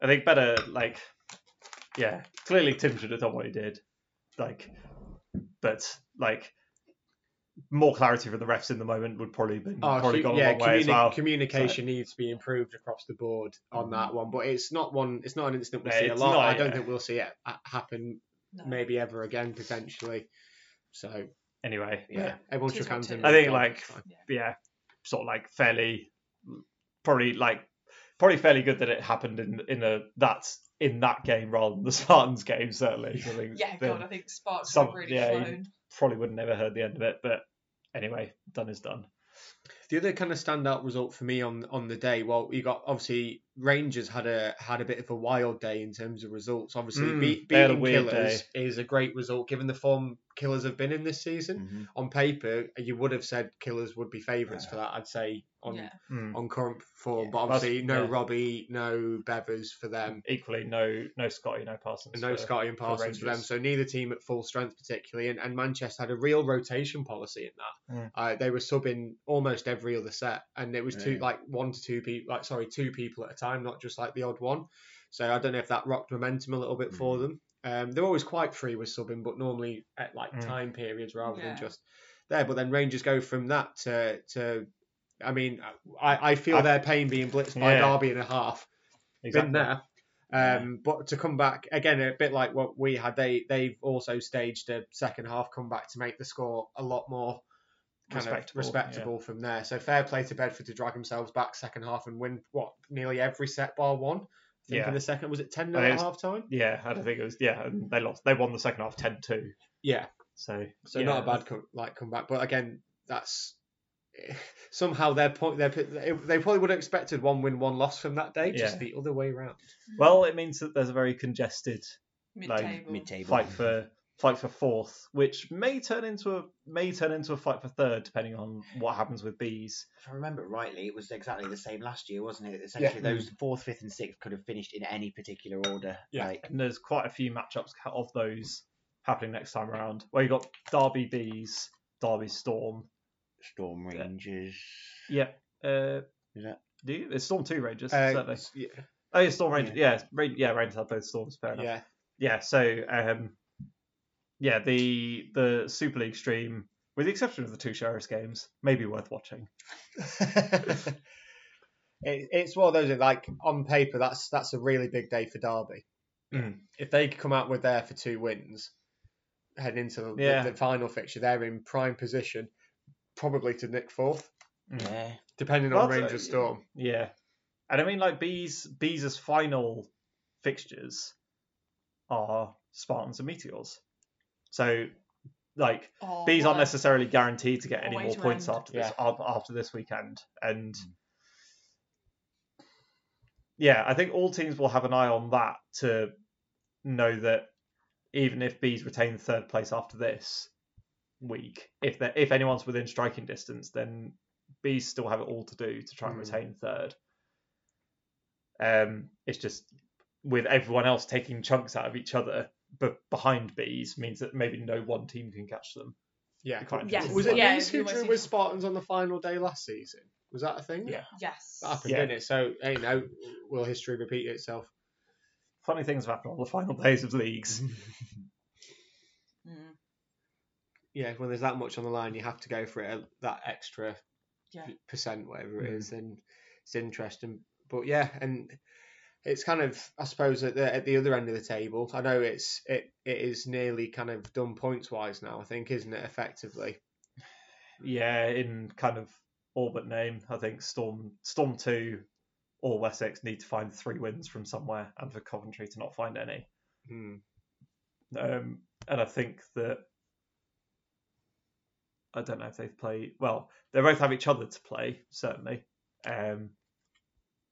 S4: I think better like yeah, clearly Tim should have done what he did. Like but like more clarity from the refs in the moment would probably been
S2: Oh,
S4: probably
S2: cu-
S4: gone
S2: yeah,
S4: a long way as
S2: communi-
S4: well.
S2: communication needs to be improved across the board on that one. But it's not one. It's not an incident we
S4: Mm. Yeah,
S2: see a
S4: it's
S2: lot.
S4: not,
S2: I don't
S4: yeah.
S2: think we'll see it ha- happen
S3: No.
S2: maybe ever again potentially. So
S4: Anyway,
S2: yeah,
S1: Yeah.
S2: everyone
S3: Cheers,
S2: shook hands. and
S3: Martin.
S4: I think,
S2: moved on.
S4: like,
S2: Fine.
S4: yeah, sort of like fairly, probably like probably fairly good that it happened in in a that's in that game rather than the (laughs) Spartans game. Certainly, I think
S3: Yeah,
S4: they
S3: God, I think Sparks
S4: some-
S3: have really
S4: yeah, you-
S3: flown.
S4: probably would have never heard the end of it. But anyway, done is done.
S2: The other kind of standout result for me on on the day, well, you got obviously Rangers had a had a bit of a wild day in terms of results. Obviously,
S4: Mm,
S2: be-
S4: they had a
S2: beating
S4: weird
S2: Killers is a great result given the form Killers have been in this season.
S4: Mm.
S1: Mhm.
S2: On paper, you would have said Killers would be favourites for that. I'd say on
S3: Yeah.
S4: Mm.
S2: on current form,
S1: Yeah.
S2: but obviously
S4: That's-
S2: no
S4: yeah.
S2: Robbie, no Bevers for them,
S4: Um, Equally, no no Scotty, no Parsons.
S2: and no
S4: for-
S2: Scotty and Parsons for, them.
S4: Rangers.
S2: So neither team at full strength particularly, and, and Manchester had a real rotation policy in that.
S4: Mm.
S2: Uh, they were subbing almost every other set, and it was two
S1: Yeah.
S2: like one to two people, like sorry, two people at a time, not just like the odd one. So I don't know if that rocked momentum a little bit for
S4: Hmm.
S1: Mm.
S2: them. Um, they're always quite free with subbing, but normally at like
S4: Mm.
S2: time periods rather
S3: Yeah.
S2: than just there. But then Rangers go from that to to. I mean, I, I feel
S4: I-
S2: their pain being blitzed by
S4: Yeah.
S2: Derby and a half
S4: Exactly.
S2: been there. Um, But to come back again, a bit like what we had, they they've also staged a second half comeback to make the score a lot more kind
S4: Respectable,
S2: of respectable from there. So fair play to Bedford to drag themselves back second half and win what nearly every set bar one. I think
S4: Yeah.
S2: in the second was it ten
S4: I think
S2: at
S4: it's-
S2: half time?
S4: Yeah, I don't think it was. Yeah, and they lost. They won the second half 10-2.
S2: Yeah.
S4: So
S2: So
S4: yeah,
S2: not a bad co- like comeback, but again, that's (laughs) somehow their point. Their, they probably would have expected one win, one loss from that day, just
S4: Yeah.
S2: the other way around.
S4: Well, it means that there's a very congested
S3: Mid
S4: like,
S3: table.
S1: Mid-table.
S4: fight for fight for fourth, which may turn into a may turn into a fight for third, depending on what happens with bees.
S1: If I remember rightly, it was exactly the same last year, wasn't it? Essentially, those fourth, fifth, and sixth could have finished in any particular order.
S2: Yeah.
S1: Like,
S4: And there's quite a few matchups of those happening next time around. Where you got Derby bees, Derby storm.
S1: Storm
S4: Yeah.
S1: Rangers.
S4: Yeah. Uh,
S1: Is that-
S4: Do you? It's Storm Two Rangers,
S2: Uh,
S4: certainly. Oh, yeah, Storm
S1: yeah.
S4: Rangers. Yeah, Ran- yeah, Rangers have both storms. Fair enough.
S2: yeah,
S4: yeah, so um, yeah, the the Super League stream, with the exception of the two Sheriffs games, may be worth watching.
S2: yeah. (laughs) it, it's one of those that, like on paper that's that's a really big day for Derby.
S4: Mm.
S2: If they come out with there for two wins, heading into the,
S4: Yeah.
S2: the, final fixture, they're in prime position, probably to nick fourth,
S1: Yeah.
S2: depending on
S4: That's-
S2: Rangers Storm.
S4: Yeah, and I mean like bees bees' final fixtures are Spartans and Meteors, so like
S3: Oh,
S4: bees aren't
S3: wow.
S4: necessarily guaranteed to get any more
S3: Always
S4: points
S3: round.
S4: after this af- after this weekend, and yeah, I think all teams will have an eye on that to know that even if bees retain third place after this week, if they if anyone's within striking distance, then bees still have it all to do to try and
S2: Mm.
S4: retain third. Um, it's just with everyone else taking chunks out of each other, but behind bees means that maybe no one team can catch them.
S2: Yeah.
S4: Quite
S3: Yes.
S4: interesting.
S2: Was it
S3: Yeah,
S2: Leeds
S3: we
S2: who
S3: always
S2: drew
S3: see-
S2: with Spartans on the final day last season? Was that a thing?
S4: Yeah.
S3: Yes.
S2: That happened,
S4: Yeah.
S2: didn't it? So, hey, no, will history repeat itself?
S4: funny things have happened on the final days of leagues?
S3: Mm,
S2: yeah, when there's that much on the line, you have to go for it uh, that extra
S3: Yeah.
S2: p- percent, whatever it
S4: Mm.
S2: is, and it's interesting. But yeah, and it's kind of, I suppose, at the at the other end of the table. I know it's it it is nearly kind of done points wise now. I think, isn't it? Effectively,
S4: yeah, in kind of all but name, I think Storm Storm Two or Wessex need to find three wins from somewhere, and for Coventry to not find any.
S2: Hmm.
S4: Um, and I think that I don't know if they've played. Well, they both have each other to play, certainly. Um,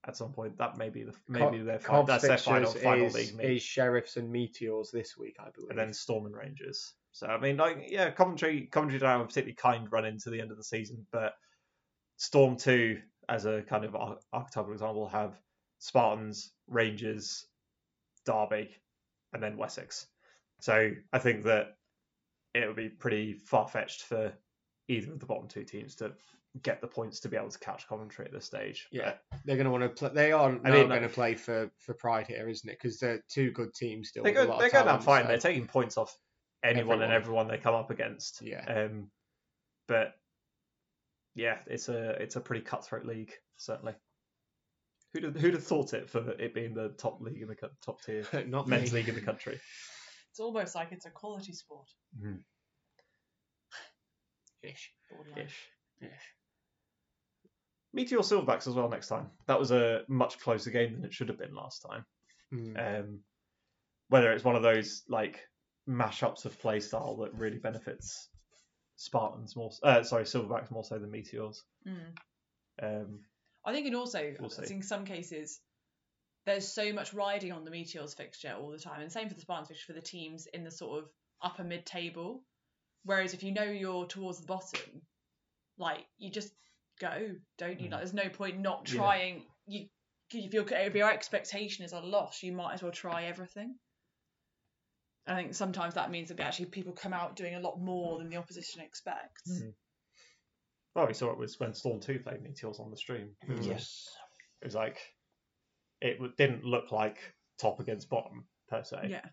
S4: at some point, that may be the maybe their fi-
S2: Cobb
S4: that's their final
S2: fixtures
S4: final
S2: is,
S4: league meet,
S2: is sheriffs and meteors this week, I believe.
S4: and then Storm and Rangers. So I mean, like yeah, Coventry Coventry don't have a particularly kind run into the end of the season, but Storm two as a kind of ar- archetypal example have Spartans, Rangers, Derby, and then Wessex. So I think that it would be pretty far fetched for either of the bottom two teams to get the points to be able to catch Coventry at this stage.
S2: Yeah. they're going to want to play. They are now
S4: mean,
S2: going to
S4: like-
S2: play for for pride here, isn't it? Because they're two good teams still.
S4: they
S2: with a
S4: go
S2: lot
S4: they
S2: of
S4: go down
S2: talent,
S4: fine.
S2: so-
S4: They're taking points off anyone and everyone they come up against.
S2: Yeah. (laughs)
S4: Um, but yeah, it's a it's a pretty cutthroat league certainly. Who'd have, who'd have thought it for it being the top league in the co- top tier
S2: Not
S4: men's
S2: me.
S4: league in the country?
S3: It's almost like it's a quality sport.
S2: Ish.
S3: borderline.
S4: Ish. Meteor Silverbacks as well next time. That was a much closer game than it should have been last time.
S2: Hmm.
S4: um, whether it's one of those like mashups of playstyle that really benefits Spartans more, uh, sorry, Silverbacks more so than Meteors.
S3: Mm.
S4: Um,
S3: I think, and also,
S4: We'll see.
S3: in some cases, there's so much riding on the Meteors fixture all the time, and same for the Spartans fixture for the teams in the sort of upper mid table. Whereas if you know you're towards the bottom, like you just go, don't you?
S4: Mhm.
S3: Like there's no point not
S4: Yeah.
S3: trying. You if your if your expectation is a loss, you might as well try everything. I think sometimes that means that actually people come out doing a lot more than the opposition expects.
S4: Mhm. well, we saw it was when Storm Two played Meteors on the stream.
S2: Hmm.
S1: Yes.
S2: (laughs)
S4: It was like it w- didn't look like top against bottom per se
S3: Yeah.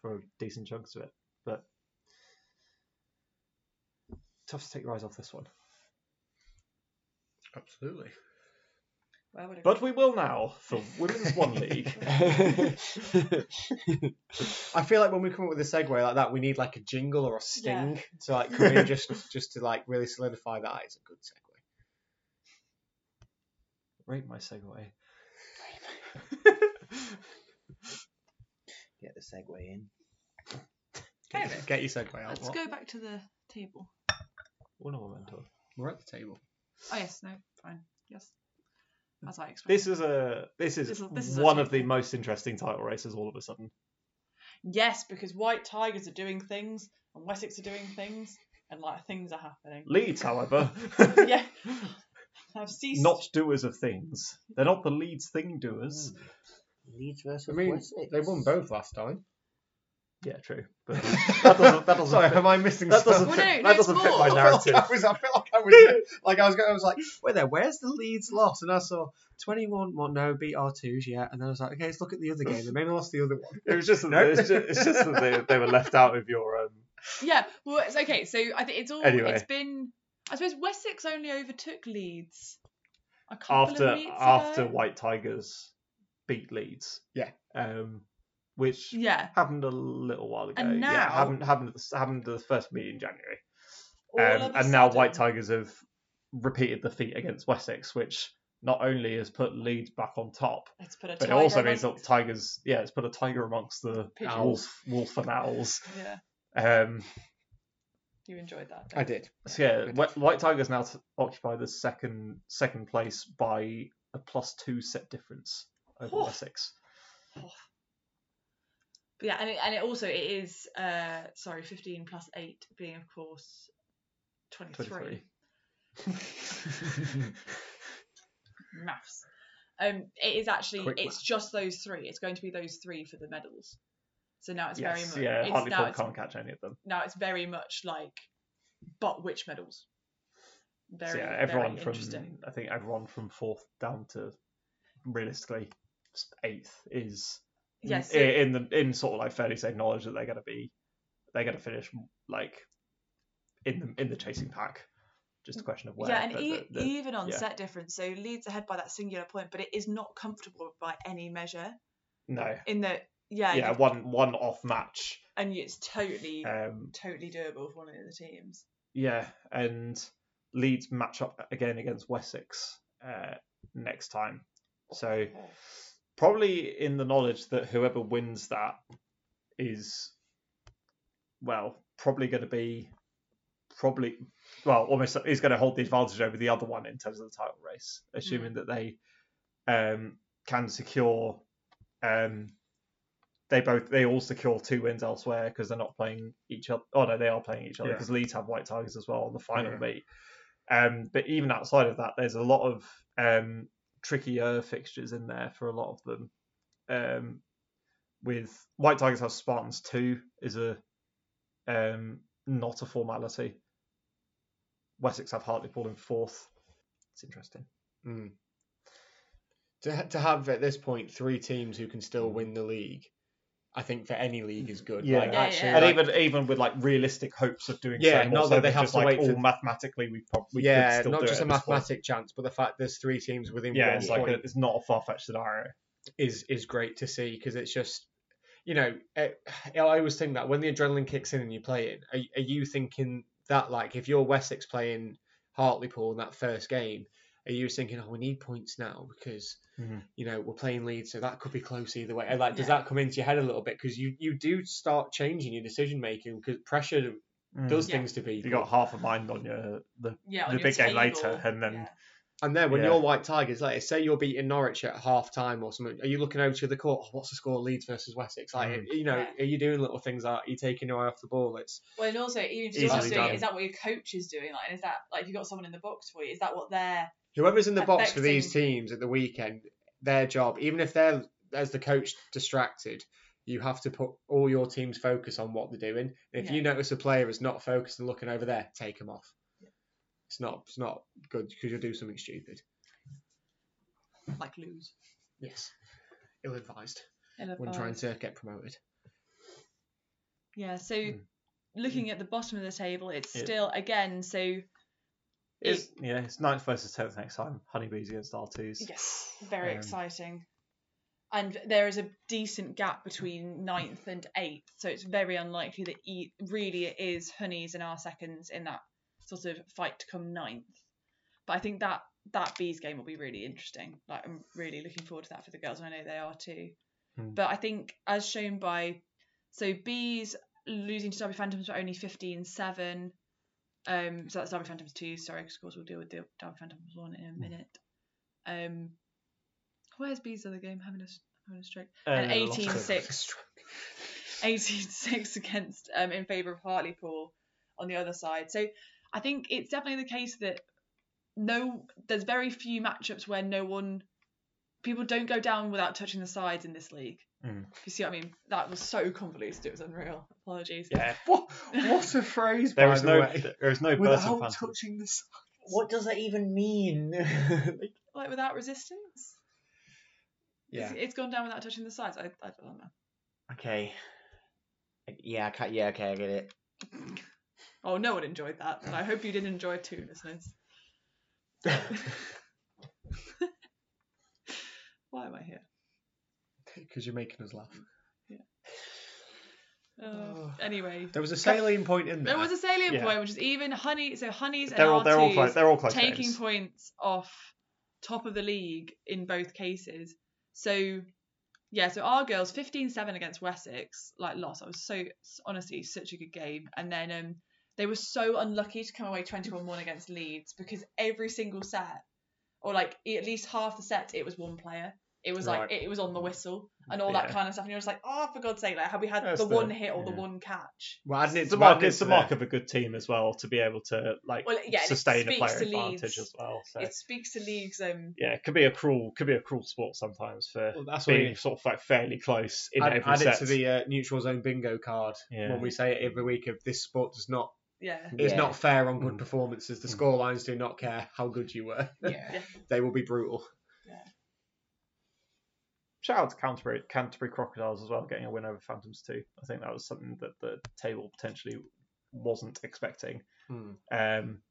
S4: for decent chunks of it, but tough to take your eyes off this one.
S2: Absolutely.
S3: Where would it
S4: But we will now for Women's
S1: (laughs)
S4: One League.
S2: I feel like when we come up with a segue like that, we need like a jingle or a sting to like come in just (laughs) just to like really solidify that it's a good segue.
S4: Rate my segue.
S1: Get the segue in.
S2: Get,
S4: (laughs)
S3: Anyway.
S2: get your segue out.
S3: Let's
S2: what?
S3: go back to the table.
S4: One of them, Tor.
S2: We're at the table.
S3: Oh yes, no, fine. Yes. As I expected.
S4: This is a this is,
S3: This is- this is
S4: one
S3: actually-
S4: of the most interesting title races all of a sudden.
S3: Yes, because White Tigers are doing things and Wessex are doing things and like things are
S4: (laughs)
S3: happening.
S4: Leeds, however,
S3: yeah. I've ceased
S4: not doers of things. They're not the Leeds thing doers.
S1: Leeds versus
S2: I mean,
S1: Wessex.
S2: they won both last time.
S4: Yeah, true. But that doesn't that doesn't
S2: Sorry,
S4: fit,
S2: am I missing
S4: that
S2: stuff?
S4: doesn't
S3: Well,
S4: fit,
S3: no, no,
S4: that
S3: it's
S4: doesn't fit
S3: more.
S2: (laughs)
S4: my
S2: I felt like
S4: narrative.
S2: I was, I felt like I was, like I was, going, I was like, wait there, where's the Leeds loss? And I saw 21, well, no, beat R2s, yeah. And then I was like, okay, let's look at the other game. They maybe lost the other one.
S4: (laughs) It was just that
S2: No.
S4: it's just, it's just that they, they were left out of your um,
S3: Yeah, well it's okay, so I think it's all
S4: Anyway.
S3: it's been I suppose Wessex only overtook Leeds. A couple
S4: after
S3: of uh, weeks
S4: after
S3: ago.
S4: White Tigers beat Leeds.
S2: Yeah.
S4: Um, which
S3: Yeah.
S4: happened a little while ago.
S3: And
S4: yeah,
S3: now-
S4: happened happened at the, happened at the first meet in January.
S3: all of
S4: Um,
S3: a
S4: and now
S3: sudden-
S4: White Tigers have repeated the feat against Wessex, which not only has put Leeds back on top,
S3: Let's put a
S4: but it
S3: tiger
S4: also means
S3: amongst-
S4: that Tigers, yeah, it's put a tiger amongst the
S3: Pigeons.
S4: wolf, wolf and owls.
S3: Yeah,
S4: Um,
S3: you enjoyed that.
S2: I did.
S4: so yeah, Wh- White Tigers now t- occupy the second second place by a plus two set difference over
S3: Oh.
S4: Wessex.
S3: But yeah, and it, and it also it is uh sorry, fifteen plus eight being of course twenty three.
S4: 23.
S3: maths. Um, it is actually
S4: Quick
S3: it's just those three. It's going to be those three for the medals. So now it's
S4: yes,
S3: very much
S4: yeah,
S3: it's, now,
S4: Hartlepool
S3: it's,
S4: can't catch any of them.
S3: now it's very much like, but which medals? Very,
S4: so yeah,
S3: very
S4: everyone from
S3: interesting.
S4: I think everyone from fourth down to realistically s- eighth is
S3: Yes,
S4: i- in, the in sort of like fairly safe knowledge that they're gonna be they're gonna finish like in the in the chasing pack. Just a question of where.
S3: yeah, and
S4: but
S3: e-
S4: the- the-
S3: even on
S4: yeah.
S3: set difference, so Leeds ahead by that singular point, but it is not comfortable by any measure.
S4: no,
S3: In that, yeah,
S4: yeah,
S3: you-
S4: one one off match.
S3: and it's totally,
S4: Um,
S3: totally doable for one of the other teams.
S4: Yeah, and Leeds match up again against Wessex uh, next time. So probably in the knowledge that whoever wins that is, well, probably going to be, probably, well, almost is going to hold the advantage over the other one in terms of the title race, assuming that they um, can secure. Um, they both they all secure two wins elsewhere because they're not playing each other. Oh no, they are playing each other
S2: Yeah.
S4: because Leeds have White Tigers as well on the final
S2: Yeah.
S4: meet. Um, but even outside of that, there's a lot of um, trickier fixtures in there for a lot of them. Um, with White Tigers have Spartans two is a um, not a formality. Wessex have Hartlepool in fourth. It's interesting.
S2: Mm. To ha- to have at this point three teams who can still win the league, I think for any league is good.
S4: Yeah.
S2: Like,
S3: Yeah,
S2: actually,
S3: yeah.
S4: and
S2: like-
S4: even even with like realistic hopes of doing
S2: Yeah,
S4: so,
S2: not
S4: not
S2: that
S4: that
S2: they have
S4: just
S2: to
S4: like
S2: wait
S4: all
S2: for-
S4: mathematically we probably could
S2: yeah,
S4: still do
S2: not just a
S4: it at this point.
S2: mathematic chance, but the fact there's three teams within
S4: Yeah,
S2: one
S4: it's like
S2: point
S4: a, it's not a far fetched scenario.
S2: is is great to see because it's just, you know, it, (sighs) I always think that when the adrenaline kicks in and you play it, are, are you thinking that like if you're Wessex playing Hartlepool in that first game, are you thinking, oh, we need points now because
S4: Mhm.
S2: you know we're playing Leeds, so that could be close either way. And, Like, does
S3: Yeah.
S2: that come into your head a little bit because you you do start changing your decision making because pressure does
S3: Yeah.
S2: things to people.
S4: Mm. You got half a mind on your the
S3: Yeah, on
S4: the
S3: your
S4: big game later,
S3: table,
S4: and then
S3: yeah.
S2: And then when
S4: Yeah.
S2: you're White Tigers, like say you're beating Norwich at half time or something, are you looking over to the court? Oh, what's the score? Leeds versus Wessex. Like
S4: Mm.
S2: you know,
S3: Yeah.
S2: are you doing little things? Like, are you taking your eye off the ball? It's
S3: Well, and also, even if
S4: Easily
S3: someone's doing
S4: done.
S3: it, is that what your coach is doing? Like, is that like if you got someone in the box for you? Is that what they're?
S2: whoever's in the box for
S3: Affecting-
S2: these teams at the weekend, their job, even if they're as the coach distracted, you have to put all your team's focus on what they're doing. If
S3: Yeah.
S2: you notice a player is not focused and looking over there, take them off. It's not it's not good because you'll do something stupid.
S3: like lose.
S2: Yes, ill advised when
S3: Ill-advised.
S2: trying to get promoted.
S3: Yeah, so
S2: Hmm.
S4: Mm.
S3: looking at the bottom of the table, it's
S4: Yeah.
S3: still again. So
S4: it's yeah, it's ninth versus tenth next time. Honeybees against R twos.
S3: yes, very
S4: Um,
S3: exciting, and there is a decent gap between ninth and eighth, so it's very unlikely that e- really it is Honeys and our seconds in that sort of fight to come ninth. But I think that that bees game will be really interesting. Like I'm really looking forward to that for the girls, and I know they are too.
S4: Mm.
S3: But I think as shown by so bees losing to Derby Phantoms for only 15-7. Um, so that's Derby Phantoms two. Sorry, 'cause of course we'll deal with the Derby Phantoms one in a minute. Um, where's bees other game having a s- having a stroke? And
S4: Uh, lots of- (laughs)
S3: 18-6. 18-6 against um, in favour of Hartlepool on the other side. So I think it's definitely the case that no, there's very few matchups where no one, people don't go down without touching the sides in this league.
S4: Mm.
S3: If You see what I mean? That was so convoluted, it was unreal. Apologies.
S4: Yeah,
S2: (laughs) What, what a phrase!
S4: there
S2: by
S4: is
S2: the
S4: no
S2: way.
S4: there is no burst of
S2: without
S4: phantom.
S2: touching the side.
S1: What does that even mean? (laughs)
S3: Like without resistance.
S2: Yeah.
S3: It's, it's gone down without touching the sides. I, I don't know.
S1: okay. Yeah, I can't. Yeah, okay, I get it.
S3: Oh, no one enjoyed that, and I hope you did enjoy it too, listeners. Why am I here?
S2: because you're making us laugh.
S3: Uh,
S2: Oh.
S3: anyway,
S2: There was a salient point in there.
S3: there was a salient
S4: Yeah.
S3: point, which is even honey. So honeys and
S4: They're all they're all
S3: R2s
S4: close. They're all close.
S3: taking
S4: games.
S3: points off top of the league in both cases. So yeah, so our girls 15-7 against Wessex, like lost. I was so honestly such a good game. And then um they were so unlucky to come away 21-1 against Leeds because every single set or like e- at least half the set it was one player. It was like
S4: Right.
S3: it, was on the whistle and all that
S4: Yeah.
S3: kind of stuff. And you're just like, oh for God's sake, like have we had
S4: That's
S3: the,
S4: the-
S3: one hit or the
S4: yeah.
S3: one catch?
S2: Well, adding it
S4: It's
S2: to
S4: a mark.
S2: adding it
S4: It's a
S2: to
S4: mark
S2: there.
S4: of a good team as well to be able to like
S3: Well yeah, and it
S4: sustain a
S3: speaks
S4: player
S3: to
S4: advantage
S3: Leeds.
S4: as well. So
S3: It speaks to League's um
S4: yeah, it could be a cruel, could be a cruel sport sometimes for
S2: Well, that's what
S4: being
S2: you
S4: sort of like fairly close in
S2: add,
S4: every
S2: add it
S4: set.
S2: to the uh, neutral zone bingo card
S4: Yeah.
S2: when we say it every week. Of this sport does not
S3: yeah.
S2: is
S1: Yeah.
S2: not fair on good
S4: Mm.
S2: performances. The
S4: Mm.
S2: score lines do not care how good you were. (laughs)
S1: Yeah.
S2: they will be brutal.
S4: Shout out to Canterbury, Canterbury Crocodiles as well, getting a win over Phantoms too. I think that was something that the table potentially wasn't expecting.
S2: Mm.
S4: Um,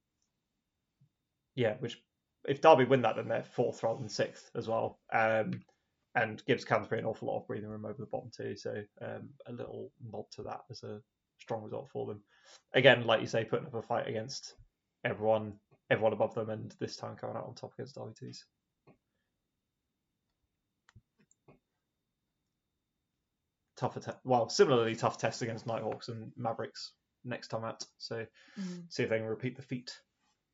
S4: yeah, which if Derby win that, then they're fourth rather than sixth as well, um, and gives Canterbury an awful lot of breathing room over the bottom too. So um, a little nod to that as a strong result for them. Again, like you say, putting up a fight against everyone, everyone above them, and this time coming out on top against Derby twos. Tougher, te- well, similarly tough test against Nighthawks and Mavericks next time out. So
S3: Mm.
S4: see if they can repeat the feat.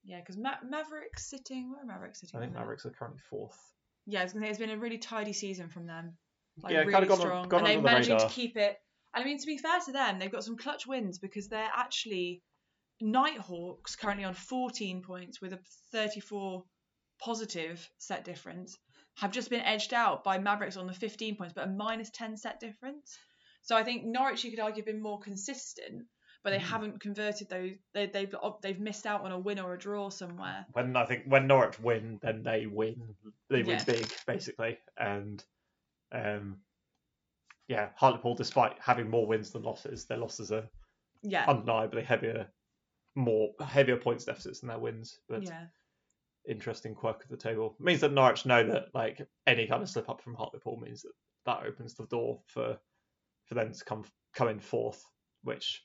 S3: Yeah, because Ma- Maverick's sitting. Where are Mavericks sitting?
S4: I think
S3: at the moment?
S4: Mavericks are currently fourth.
S3: Yeah, I was gonna say it's been a really tidy season from them. Like,
S4: Yeah,
S3: really
S4: kinda gone-
S3: strong.
S4: gone
S3: and they're
S4: under the
S3: managing
S4: radar.
S3: to keep it. And I mean, to be fair to them, they've got some clutch wins because they're actually Nighthawks currently on 14 points with a 34 positive set difference. Have just been edged out by Mavericks on the 15 points, but a minus 10 set difference. So I think Norwich, you could argue, have been more consistent, but they
S4: Mm.
S3: haven't converted those. They, they've they've missed out on a win or a draw somewhere.
S4: When I think when Norwich win, then they win. They win
S3: Yeah.
S4: big, basically. And um, yeah, Hartlepool, despite having more wins than losses, their losses are
S3: Yeah.
S4: undeniably heavier, more heavier points deficits than their wins. But
S3: yeah.
S2: um,
S4: interesting quirk of the table means that Norwich know that like any kind of slip up from Hartlepool means that that opens the door for for them to come come in fourth, which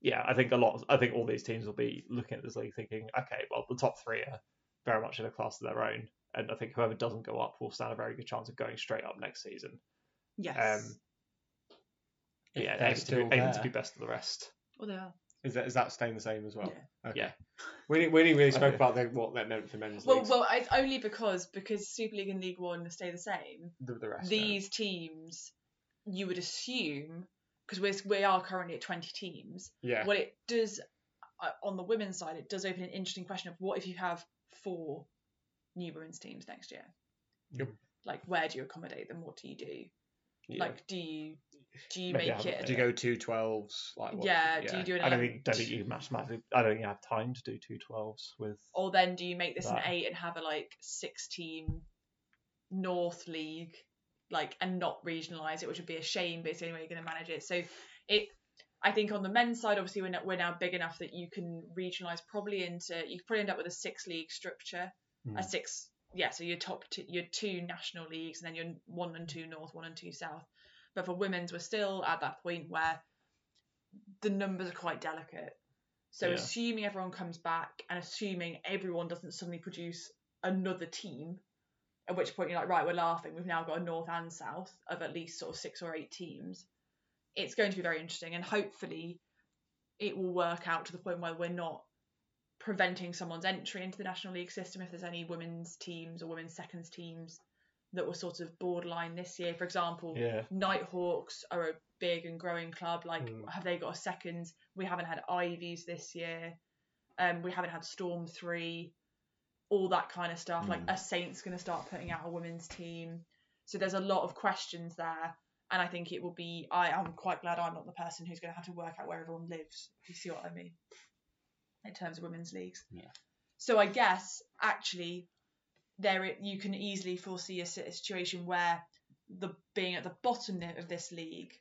S4: yeah, I think a lot. I think all these teams will be looking at this league thinking, okay, well the top three are very much in a class of their own, and I think whoever doesn't go up will stand a very good chance of going straight up next season.
S3: Yes.
S4: Um,
S2: If
S4: yeah,
S2: they're
S4: aiming to,
S2: still
S4: be, aiming to
S2: there.
S4: be best of the rest.
S3: well, they are.
S2: Is that is that staying the same as well? Okay.
S4: Yeah.
S2: We didn't, we didn't really spoke (laughs)
S4: Okay.
S2: about the, what that meant for men's
S3: Well,
S2: leagues.
S3: well, it's only because because Super League and League One stay the same.
S2: the, the rest. yeah.
S3: These teams, you would assume, because we're we are currently at twenty teams.
S2: Yeah.
S3: What it does uh, on the women's side, it does open an interesting question of what if you have four new women's teams next year.
S2: Yep.
S3: Like, where do you accommodate them? What do you do?
S2: Yeah.
S3: Like, do you do you
S4: Maybe
S3: make
S4: have
S3: it?
S2: do you go two twelves? Like what-
S3: yeah, Do you do
S4: I
S3: an
S4: don't
S3: eight?
S4: think, don't think you mathematically. I don't think you have time to do two twelves with.
S3: Or then do you make this an
S4: That.
S3: eight and have a like six team North League, like and not regionalise it, which would be a shame, but it's the only way you're going to manage it. So it, I think on the men's side, obviously we're, not, we're now big enough that you can regionalise probably into you could probably end up with a six league structure, a
S4: Mm.
S3: six yeah. So your top two, your two national leagues and then your one
S4: Mm.
S3: and two North, one and two South. But for women's, we're still at that point where the numbers are quite delicate. So
S4: Yeah.
S3: assuming everyone comes back and assuming everyone doesn't suddenly produce another team, at which point you're like, right, we're laughing. We've now got a north and south of at least sort of six or eight teams. It's going to be very interesting, and hopefully, it will work out to the point where we're not preventing someone's entry into the national league system if there's any women's teams or women's seconds teams that were sort of borderline this year. For example,
S4: Yeah.
S3: Nighthawks are a big and growing club. Like,
S2: Mm.
S3: have they got a second? We haven't had Ivies this year. Um, we haven't had Storm Three, all that kind of stuff. Like,
S1: Mm.
S3: a Saints going to start putting out a women's team. So there's a lot of questions there, and I think it will be. I am quite glad I'm not the person who's going to have to work out where everyone lives. If you see what I mean, in terms of women's leagues.
S1: Yeah.
S3: So I guess actually, there it- you can easily foresee a si- a situation where the being at the bottom thi- of this league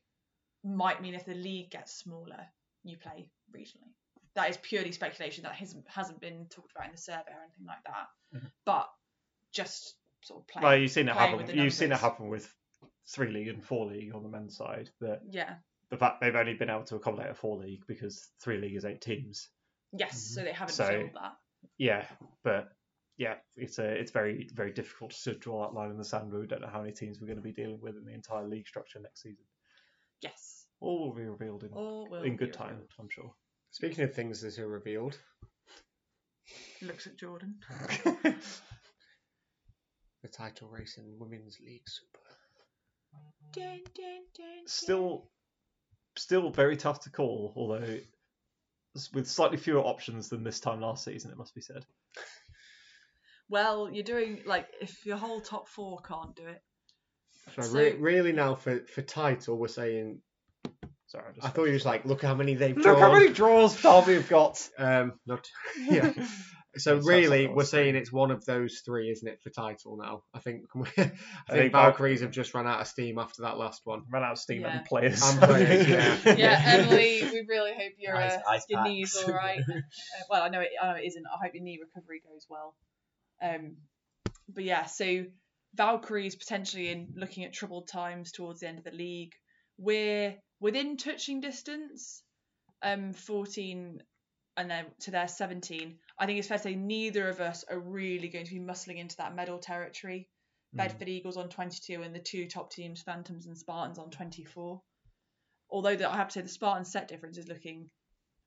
S3: might mean if the league gets smaller, you play regionally. that is purely speculation that has, hasn't been talked about in the survey or anything like that. But just sort of play.
S4: Mm-hmm. Well, you've seen it
S3: playing
S4: happen.
S3: with the
S4: You've seen it
S3: numbers.
S4: happen with three league and four league on the men's side. That
S3: Yeah.
S4: the fact they've only been able to accommodate a four league because three league is eight teams.
S3: Yes. So they haven't
S4: Mm-hmm. So-
S3: filled that.
S4: Yeah, but yeah, it's a it's very very difficult to draw that line in the sand. where We don't know how many teams we're going to be dealing with in the entire league structure next season.
S3: Yes.
S4: All will be revealed in,
S3: Or will
S4: Mm. in good
S3: be
S4: time,
S3: revealed.
S4: I'm sure.
S2: Speaking of things that are
S4: (laughs)
S2: revealed,
S3: He looks at Jordan.
S2: the title race in Women's League Super.
S3: Dun, dun, dun, dun.
S4: still still very tough to call although s- with slightly fewer options than this time last season it must be said
S3: Well, you're doing like if your whole top four can't do it.
S2: So,
S3: So-
S2: re- really now for, for title, we're saying.
S4: sorry I'm just
S2: I thought you was like, look how many they've
S4: look
S2: drawn.
S4: how many draws derby have got
S2: Um, not (laughs) yeah. So
S4: Sounds like
S2: really,
S4: that
S2: we're
S4: was
S2: saying
S4: three.
S2: it's one of those three, isn't it, for title now? I think (laughs) I think,
S4: think Val-
S2: Valkyries have just run out of steam after that last one.
S4: ran out of steam
S3: Yeah.
S4: and players
S2: And
S4: (laughs)
S2: players,
S1: (laughs)
S2: yeah.
S3: Yeah, Emily, we really hope your
S1: Ice-
S3: uh,
S1: ice
S3: your
S1: packs.
S3: knee's all right.
S1: (laughs)
S3: Uh, well, I know it. I know it isn't. I hope your knee recovery goes well. Um, but yeah, so Valkyrie's potentially in looking at troubled times towards the end of the league. We're within touching distance, um, fourteen, and then to their seventeen. I think it's fair to say neither of us are really going to be muscling into that medal territory. Bedford Eagles on 22 and the two top teams, Phantoms and Spartans, on 24. Although the, I have to say the Spartan set difference is looking,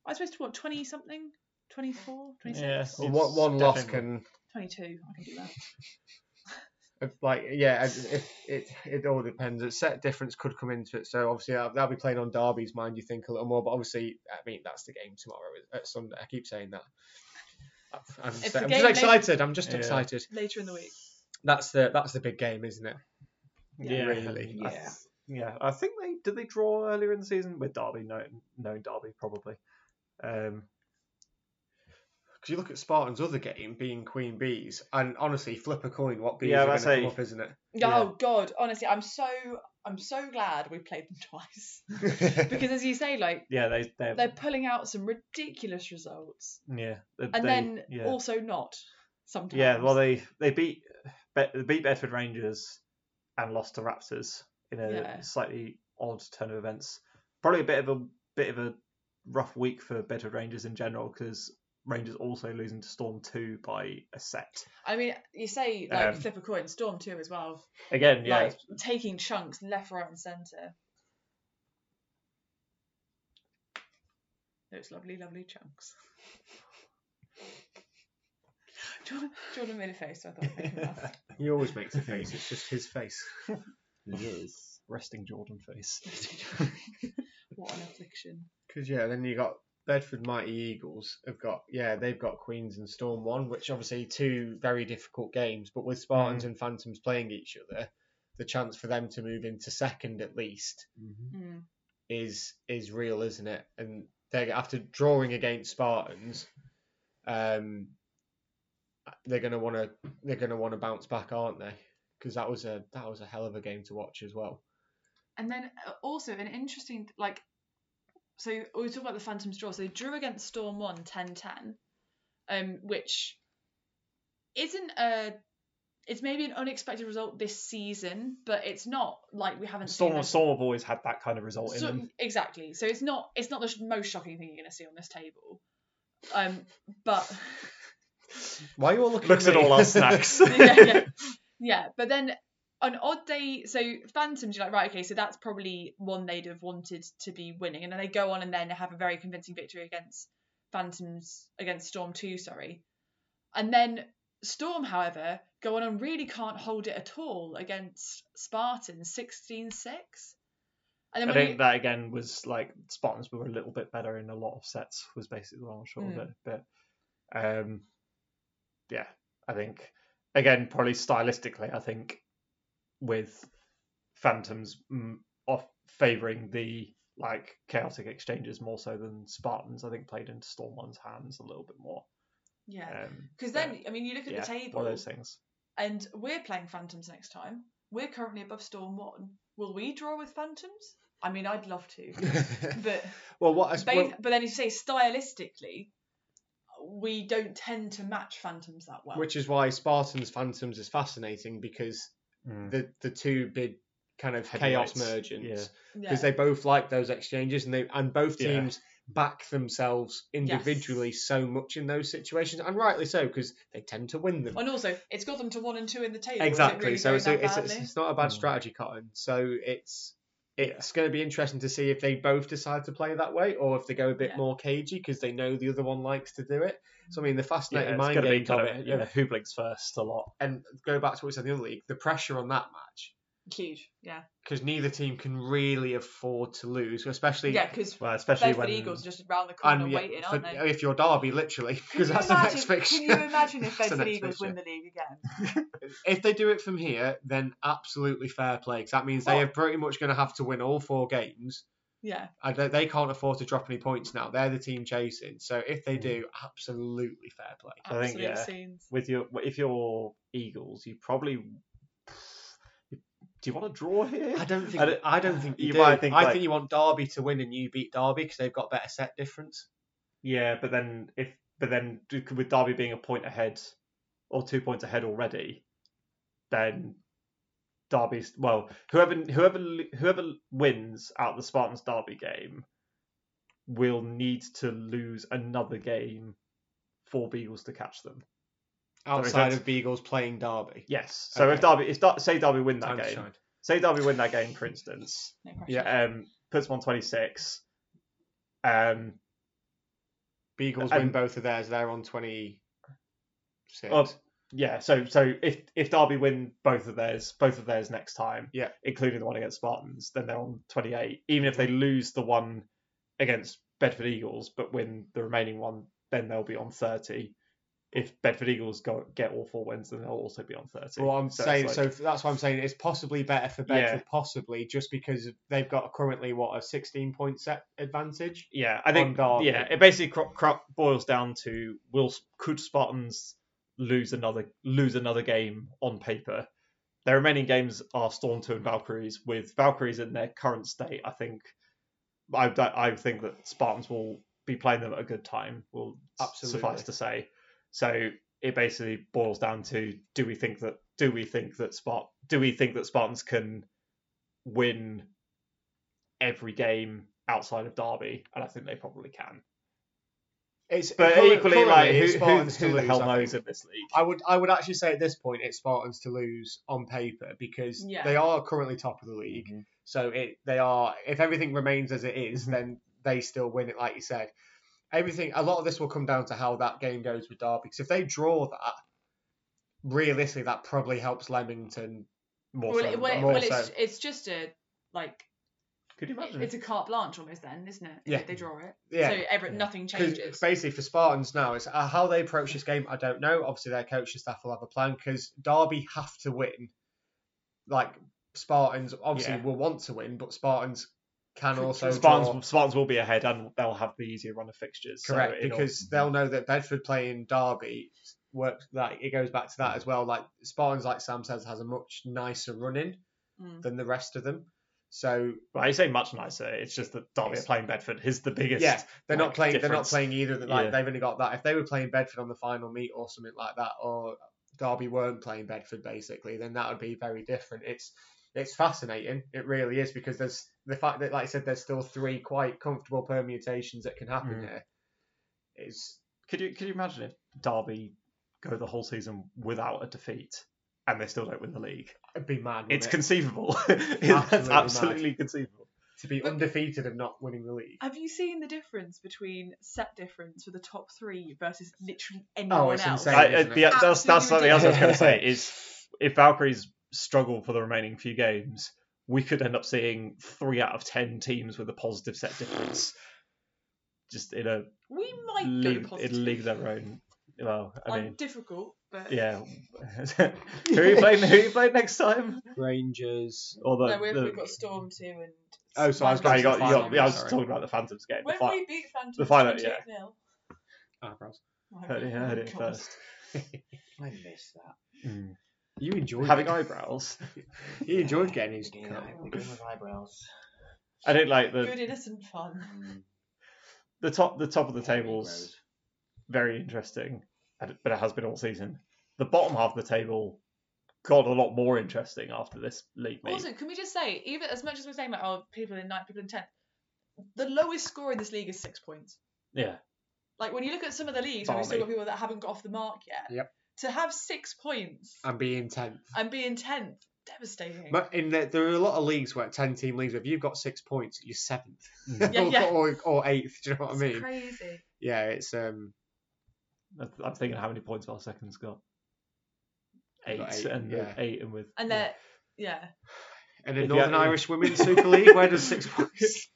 S3: I suppose, to what, 20 something? 24? 26?
S4: yeah
S2: Well, What one loss can
S3: 22. I can do that.
S2: if, like yeah, if, if- it it all depends. A set difference could come into it. So obviously, I'll, I'll be playing on Derby's mind. You think a little more, but obviously, I mean that's the game tomorrow at Sunday. I keep saying that. I'm,
S3: It's
S2: just,
S3: the
S2: I'm
S3: game
S2: just
S3: they-
S2: excited. I'm just
S4: Yeah.
S2: excited.
S3: Later in the week.
S2: That's the that's the big game, isn't it?
S4: yeah
S2: Really,
S4: I- yeah I think they did they draw earlier in the season with derby no no derby probably um
S2: Because you look at Spartan's other game being Queen Bees, and honestly, flip a coin, what bees
S4: Yeah,
S2: are going
S4: that's
S2: to come
S4: a-
S2: up, isn't it?
S3: Oh, God. Honestly, I'm so. I'm so glad we played them (laughs) twice because, as you say, like
S4: yeah they they're,
S3: they're pulling out some ridiculous results,
S4: yeah they-
S3: and
S4: they-
S3: then
S4: yeah.
S3: also not sometimes.
S4: Yeah, well, they they beat Be- they beat Bedford Rangers and lost to Raptors in a
S3: Yeah.
S4: slightly odd turn of events. Probably a bit of a bit of a rough week for Bedford Rangers in general because Rangers also losing to Storm Two by a set.
S3: I mean, you say like
S4: Um,
S3: flip a coin, storm too as well.
S4: Again, yeah,
S3: like taking chunks left, right, and centre. Those lovely, lovely chunks. (laughs) Jordan, Jordan made a face, so I thought I'd make him
S4: (laughs)
S3: laugh.
S2: He always makes a face. It's just his face.
S1: He is.
S4: resting Jordan face. (laughs)
S3: What an affliction.
S2: Because yeah, then you got Bedford Mighty Eagles have got yeah they've got Queens and Storm one, which obviously two very difficult games, but with Spartans
S4: Mm.
S2: and Phantoms playing each other, the chance for them to move into second at least
S3: Mm.
S2: is is real, isn't it? And they after drawing against Spartans, um, they're gonna want to they're gonna want to bounce back, aren't they? Because that was a that was a hell of a game to watch as well.
S3: And then uh, also an interesting, like, so we talk about the Phantom's draw. So they drew against Storm 1 10 10, um, which isn't a. It's maybe an unexpected result this season, but it's not like we haven't seen.
S4: Storm
S3: them-
S4: Storm have always had that kind of result in
S3: So- (laughs)
S4: them.
S3: exactly. So it's not it's not the sh- most shocking thing you're going to see on this table. Um, but
S2: Why are you all looking?
S4: Looks at
S2: me?
S4: all
S3: (laughs)
S4: our (laughs) snacks.
S3: yeah, yeah, yeah. But then an odd day. So Phantoms, you're like right, okay. So that's probably one they'd have wanted to be winning, and then they go on and then have a very convincing victory against Phantoms against Storm Two. Sorry, and then Storm, however, go on and really can't hold it at all against Spartan 16 6. And then
S4: I
S3: when
S4: think
S3: you-
S4: that again was like Spartans were a little bit better in a lot of sets was basically what I'm sure
S3: Hmm.
S4: of it. But um yeah, I think again probably stylistically I think with Phantoms mm, off favouring the like chaotic exchanges more so than Spartans, I think played into Storm One's hands a little bit more.
S3: yeah.
S4: Um,
S3: Because
S4: but,
S3: then, I mean, you look at
S4: yeah,
S3: the
S4: one of
S3: table,
S4: those things.
S3: and we're playing Phantoms next time. We're currently above Storm One. Will we draw with Phantoms? I mean, I'd love to,
S2: (laughs)
S3: but
S2: (laughs) well, what I s-
S3: ba-
S2: well,
S3: but then if you say stylistically, we don't tend to match Phantoms that well.
S2: which is why Spartans Phantoms is fascinating because
S4: Mm.
S2: the the two big kind of chaos
S4: Heavyweights,
S2: merchants
S4: yeah.
S2: because
S3: yeah.
S2: they both like those exchanges and they and both
S4: Yeah.
S2: teams back themselves individually so much in those situations and rightly so because they tend to win them.
S3: and also, it's got them to one and two in the table.
S2: Exactly.
S3: Is it
S2: so
S3: really
S2: it's, a,
S3: going
S2: it's,
S3: that
S2: it's
S3: badly?
S2: it's not a bad
S4: Mm.
S2: strategy, Cotton. So it's it's going to be interesting to see if they both decide to play that way or if they go a bit
S3: Yeah.
S2: more cagey because they know the other one likes to do it. So I mean, the
S4: Yeah,
S2: fascinating
S4: it's
S2: mind
S4: going to be
S2: game of
S4: kind of
S2: it,
S4: you know, who blinks first a lot.
S2: and go back to what we said in the other league, the pressure on that match
S3: huge. Yeah,
S2: because neither team can really afford to lose, especially.
S3: yeah, because
S4: Well, especially
S3: Bedford
S4: when
S3: Eagles are just around the corner
S2: And yeah,
S3: waiting,
S2: for-
S3: aren't they?
S2: if you're Derby, literally, (laughs) because that's
S3: Can you
S2: the
S3: imagine,
S2: next fixture.
S3: Can you imagine if
S2: That's the
S3: Bedford
S2: next
S3: Eagles win
S2: fixture.
S3: the league again?
S2: (laughs) If they do it from here, then absolutely fair play, 'cause that means they
S3: Well-
S2: are pretty much going to have to win all four games
S3: Yeah.
S2: I don't, they can't afford to drop any points now. They're the team chasing. So if they do, absolutely fair play.
S4: I think,
S3: absolute
S4: yeah.
S3: scenes.
S4: with your if you're Eagles, you probably do you want to draw here?
S2: I don't think.
S4: I
S2: I
S4: don't-
S2: don't, think you,
S4: You
S2: do.
S4: might think,
S2: I
S4: like-
S2: think you want Derby to win and you beat Derby because they've got better set difference.
S4: Yeah, but then if but then with Derby being a point ahead or two points ahead already, then Derby's well whoever whoever whoever wins out the Spartans Derby game will need to lose another game for Beagles to catch them. makes
S2: Outside
S4: sense.
S2: of Beagles playing Derby.
S4: Yes. So if Derby if Dar- say Derby win that game, say Derby win that game for instance.
S3: No pressure.
S2: Yeah.
S4: um, puts them on 26. Um,
S2: Beagles
S4: And-
S2: win both of theirs. They're on 26.
S4: Oh. yeah, so so if if Derby win both of theirs, both of theirs next time,
S2: Yeah.
S4: including the one against Spartans, then they're on 28. Even if they lose the one against Bedford Eagles but win the remaining one, then they'll be on 30. If Bedford Eagles go, get all four wins, then they'll also be on 30.
S2: Well, I'm
S4: So it's
S2: saying
S4: like-
S2: so. That's why I'm saying it's possibly better for
S4: Yeah.
S2: Bedford, possibly just because they've got currently what a 16 point set advantage.
S4: Yeah, I think
S2: on Derby.
S4: yeah, it basically cro- cro- boils down to will could Spartans lose another lose another game on paper. Their remaining games are Storm Two and Valkyries. With Valkyries in their current state, I think I d- I think that Spartans will be playing them at a good time. Will s- suffice
S2: Absolutely.
S4: to say. So it basically boils down to do we think that do we think that Spart do we think that Spartans can win every game outside of Derby, and I think they probably can.
S2: It's
S4: But
S2: current-
S4: equally, like
S2: currently,
S4: who,
S2: it's
S4: who,
S2: Spartans to
S4: who the
S2: lose,
S4: hell
S2: I
S4: knows
S2: think.
S4: in this league?
S2: I would I would actually say at this point it's Spartans to lose on paper because
S3: Yeah.
S2: they are currently top of the league.
S1: Mm-hmm.
S2: So it they are if everything remains as it is,
S4: Mhm.
S2: then they still win it, like you said. Everything a lot of this will come down to how that game goes with Derby. Because if they draw that, realistically that probably helps Leamington.
S4: More
S3: Well,
S4: so
S3: it,
S4: than
S3: well, it-
S4: Derby.
S2: more
S3: well, it's,
S2: so.
S3: it's just a like
S4: Could you imagine?
S3: it's a carte blanche almost then, isn't it? If
S2: Yeah.
S3: They draw it.
S2: Yeah.
S3: So every,
S4: Yeah.
S3: nothing
S2: 'Cause
S3: changes.
S2: basically for Spartans now, it's uh, how they approach this game. I don't know. Obviously, their coaching staff will have a plan because Derby have to win. Like Spartans, obviously,
S4: Yeah.
S2: will want to win, but Spartans can also
S4: Spartans,
S2: draw-
S4: Spartans will be ahead, and they'll have the easier run of fixtures. so
S2: correct
S4: it'll-
S2: because they'll know that Bedford playing Derby works. Like it goes back to that as well. Like Spartans, like Sam says, has a much nicer run in
S3: Mm.
S4: Mm-hmm.
S2: than the rest of them. So
S4: Well, I say much nicer. It's just that Derby are playing Bedford. His the biggest.
S2: Yeah, They're not
S4: like,
S2: playing. They're not
S4: difference.
S2: playing either. That like
S4: Yeah.
S2: they've only got that. If they were playing Bedford on the final meet or something like that, or Derby weren't playing Bedford basically, then that would be very different. It's it's fascinating. It really is because there's the fact that, like I said, there's still three quite comfortable permutations that can happen
S4: Mm.
S2: here. Is
S4: Could you could you imagine if Derby go the whole season without a defeat and they still don't win the league?
S2: it'd be mad. wouldn't
S4: It's
S2: it?
S4: conceivable. (laughs)
S2: Absolutely
S4: It's
S2: mad.
S4: absolutely conceivable.
S2: to be undefeated and not winning the league.
S3: Have you seen the difference between set difference for the top three versus literally anyone
S2: Oh, it's
S3: else?
S2: insane. isn't
S4: I, uh,
S2: it?
S4: yeah, that's that's something
S3: Absolutely
S4: else I was going to say is if Valkyries struggle for the remaining few games, we could end up seeing three out of ten teams with a positive set difference, just in a
S3: We might
S4: league,
S3: go
S4: in a
S3: positive.
S4: league of their own. Well, I
S3: Like,
S4: mean,
S3: difficult, but
S4: yeah. (laughs) who are you playing? Who are you playing next time?
S2: Rangers.
S4: Or the,
S3: no, we've,
S4: the-
S3: we've got Storm two and.
S2: Oh, so I was
S4: Oh,
S2: going
S4: you got, you got,
S2: Phantoms,
S4: yeah, I was
S2: sorry.
S4: talking about the Phantoms game. the
S3: When
S4: fi-
S3: we beat Phantom
S4: the final,
S3: 28
S4: yeah.
S3: nil.
S2: Ah, bros.
S3: Oh,
S4: Heard it- heard it
S3: God.
S4: first. (laughs)
S1: I miss that.
S2: Mm. You enjoyed
S4: Having
S2: it.
S4: eyebrows.
S2: You enjoyed getting his (laughs)
S1: Again, I- the game with eyebrows. Mm.
S4: I don't like the
S3: Good innocent
S4: (laughs)
S3: fun.
S4: the top the top of the tables. very interesting, and- but it has been all season. The bottom half of the table got a lot more interesting after this league meet.
S3: Also, can we just say, even as much as we're saying about oh, people in ninth, people in tenth, the lowest score in this league is six points.
S4: yeah,
S3: Like when you look at some of the leagues, where we've still got
S4: Barney.
S3: people that haven't got off the mark yet.
S2: Yep.
S3: To have six points
S2: and being tenth.
S3: and be in tenth, devastating.
S2: But in the, there are a lot of leagues where ten team leagues. If you've got six points, you're seventh,
S4: Mm.
S2: (laughs)
S3: Yeah,
S2: or,
S3: yeah.
S2: or or eighth. Do you know what
S3: It's
S2: I mean?
S3: crazy.
S2: Yeah, it's um.
S4: I- I'm thinking how many points our seconds got. Eight,
S2: Got eight,
S4: and
S2: yeah.
S4: eight and with
S3: And they're, yeah.
S2: And in
S4: If you
S2: Northern
S4: had-
S2: Irish Women's Super League, where does
S3: (laughs)
S2: six points?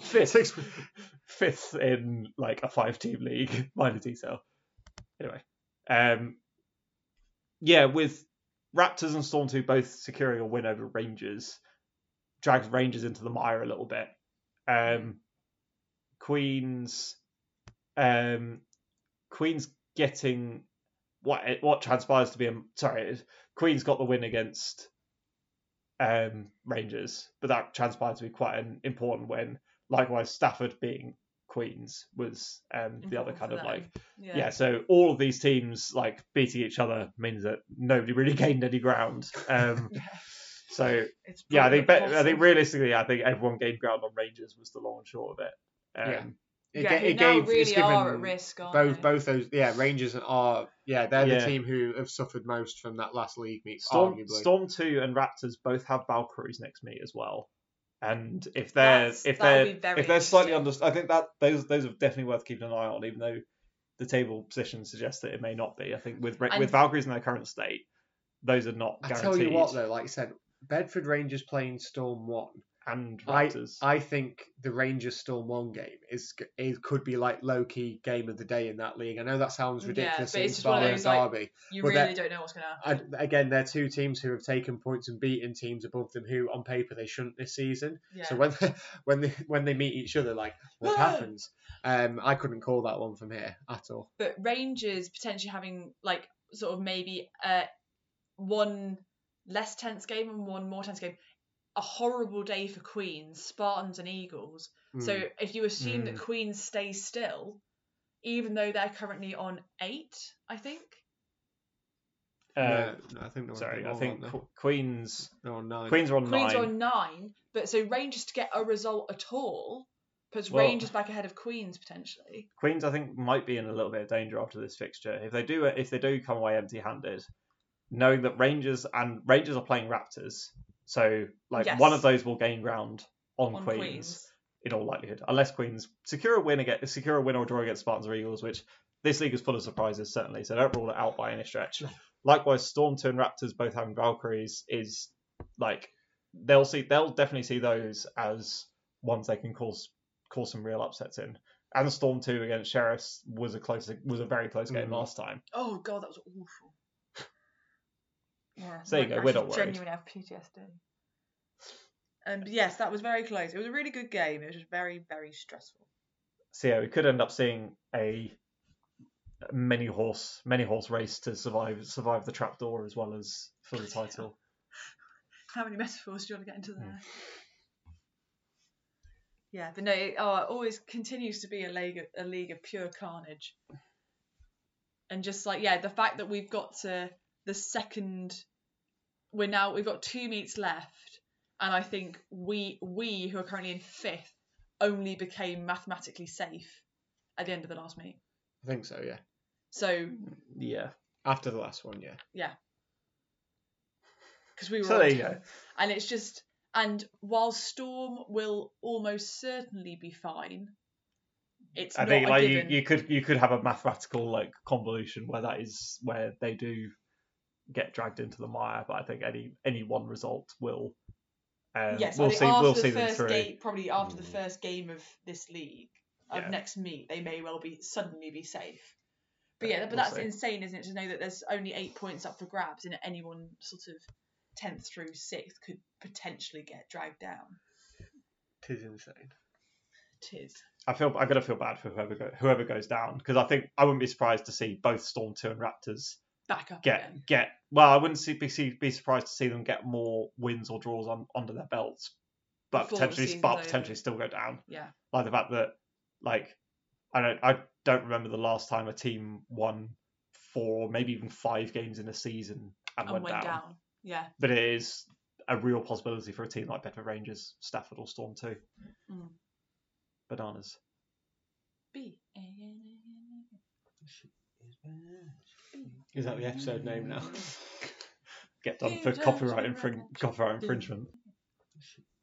S4: fifth,
S2: Six.
S4: fifth in like a five-team league, (laughs) minor detail. Anyway, um, yeah, with Raptors and Storm two both securing a win over Rangers, drags Rangers into the mire a little bit. Um, Queens, um, Queens getting what what transpires to be a sorry, it- Queens got the win against um Rangers, but that transpired to be quite an important win. Likewise, Stafford being Queens was um the other
S3: Important
S4: kind
S3: for
S4: of
S3: them.
S4: like
S3: Yeah.
S4: yeah. so all of these teams like beating each other means that nobody really (laughs) gained any ground.
S3: (laughs)
S4: Um, so
S3: It's
S4: yeah, I
S3: probably
S4: think bet I
S3: impossible.
S4: think realistically, I think everyone gained ground on Rangers was the long and short of it. Um,
S2: Yeah. It,
S3: yeah,
S2: ga-
S3: who
S2: it
S3: now
S2: gave, it's
S3: really
S2: given
S3: are at risk, aren't
S2: both
S3: they?
S2: both those. Yeah, Rangers are. Yeah, they're
S4: Yeah.
S2: the team who have suffered most from that last league meet.
S4: Storm
S2: arguably.
S4: Storm Two and Raptors both have Valkyries next meet as well, and if they're
S3: That's-
S4: if
S3: that'll
S4: they're
S3: be very
S4: if they're slightly under,
S3: interesting.
S4: I think that those those are definitely worth keeping an eye on, even though the table position suggests that it may not be. I think with Ra-
S3: And-
S4: with Valkyries in their current state, those are not
S2: I
S4: guaranteed.
S2: tell you what, though, like I said, Bedford Rangers playing Storm One.
S4: and
S2: I-
S4: Raptors. Uh,
S2: I think the Rangers Storm One game is it could be like low key game of the day in that league. I know that sounds
S3: Yeah,
S2: ridiculous.
S3: but
S2: in
S3: it's just one of
S2: Barnum
S3: those, like,
S2: derby.
S3: You
S2: but
S3: really
S2: that-
S3: don't know what's going to happen.
S2: I, again, they're two teams who have taken points and beaten teams above them who, on paper, they shouldn't this season.
S3: Yeah.
S2: So when (laughs) they, when they when they meet each other, like what
S3: Ah!
S2: happens? Um, I couldn't call that one from here at all.
S3: but Rangers potentially having like sort of maybe uh, one less tense game and one more tense game. A horrible day for Queens, Spartans, and Eagles. So
S4: Hmm.
S2: Mm.
S3: if you assume that
S4: Mm.
S3: Queens stays still, even though they're currently on eight, I think.
S4: Uh,
S2: Hmm. no, no, I think they're on
S4: sorry,
S2: more,
S4: I
S2: aren't
S4: think
S2: they?
S4: Qu- Queens
S2: they're on nine.
S4: Queens are on
S3: Queens
S4: nine.
S3: are on nine, but so Rangers to get a result at all puts
S4: Well-
S3: Rangers back ahead of Queens potentially.
S4: Queens, I think, might be in a little bit of danger after this fixture. If they do, uh, if they do come away empty-handed, knowing that Rangers and Rangers are playing Raptors, so like
S3: Yes.
S4: one of those will gain ground on,
S3: on
S4: Queens, in all likelihood, unless Queens secure a win against secure a win or a draw against Spartans or Eagles, which this league is full of surprises certainly. So don't rule it out by any stretch. Likewise, Storm Two and Raptors both having Valkyries is like they'll see they'll definitely see those as ones they can cause cause some real upsets in. And Storm Two against Sheriffs was a close was a very close game
S2: Mhm.
S4: last time.
S3: Oh god, that was awful. (laughs) Yeah,
S4: So there you
S3: like,
S4: go, we're
S3: I
S4: not worried.
S3: Genuinely have PTSD. Um, but yes, that was very close. It was a really good game. It was just very, very stressful.
S4: So yeah, we could end up seeing a many horse many horse race to survive survive the trapdoor as well as for the title.
S3: How many (laughs) metaphors do you want to get into
S4: Hmm.
S3: there? Yeah, but no, it, oh, it always continues to be a league, of, a league of pure carnage. And just like yeah, the fact that we've got to the second, we're now we've got two meets left, and I think we we who are currently in fifth only became mathematically safe at the end of the last meet.
S2: I think so. Yeah.
S3: So
S4: Yeah.
S2: After the last one, yeah.
S3: because we were
S4: So
S3: all
S4: there you
S3: tenth.
S4: go.
S3: and it's just and while storm will almost certainly be fine it's
S4: I
S3: not
S4: think
S3: a
S4: like you,
S3: given.
S4: you could you could have a mathematical like convolution where that is where they do get dragged into the mire, but I think any any one result will um,
S3: yes I
S4: we'll
S3: think
S4: see
S3: after
S4: we'll
S3: the
S4: see them
S3: first
S4: through. Hmm.
S3: game probably after the
S1: Mm.
S3: first game of this league of
S4: Yeah.
S3: next meet they may well be suddenly be safe but
S4: Yeah,
S3: yeah but
S4: we'll
S3: that's
S4: see.
S3: insane isn't it to know that there's only eight points up for grabs and anyone sort of 10th through 6th could potentially get dragged down
S2: Tis insane.
S3: tis
S4: I feel I gotta feel bad for whoever go, whoever goes down because I think I wouldn't be surprised to see both Storm Two and Raptors
S3: back up
S4: get
S3: again
S4: get well I wouldn't see, be see, be surprised to see them get more wins or draws on under their belts but
S3: Before the
S4: potentially,
S3: season's
S4: but
S3: over.
S4: potentially still go down.
S3: Yeah.
S4: Like the fact that, like, I don't, I don't remember the last time a team won four, maybe even five games in a season and,
S3: and
S4: went, down.
S3: Yeah.
S4: But it is a real possibility for a team like Bedford Rangers, Stafford, or Storm too.
S3: Mm.
S4: Bananas.
S3: B. A-N-A-N-A.
S5: Is that the episode name now?
S4: Get done
S3: Huge
S4: for copyright,
S3: action
S4: infring-
S3: records.
S4: copyright infringement.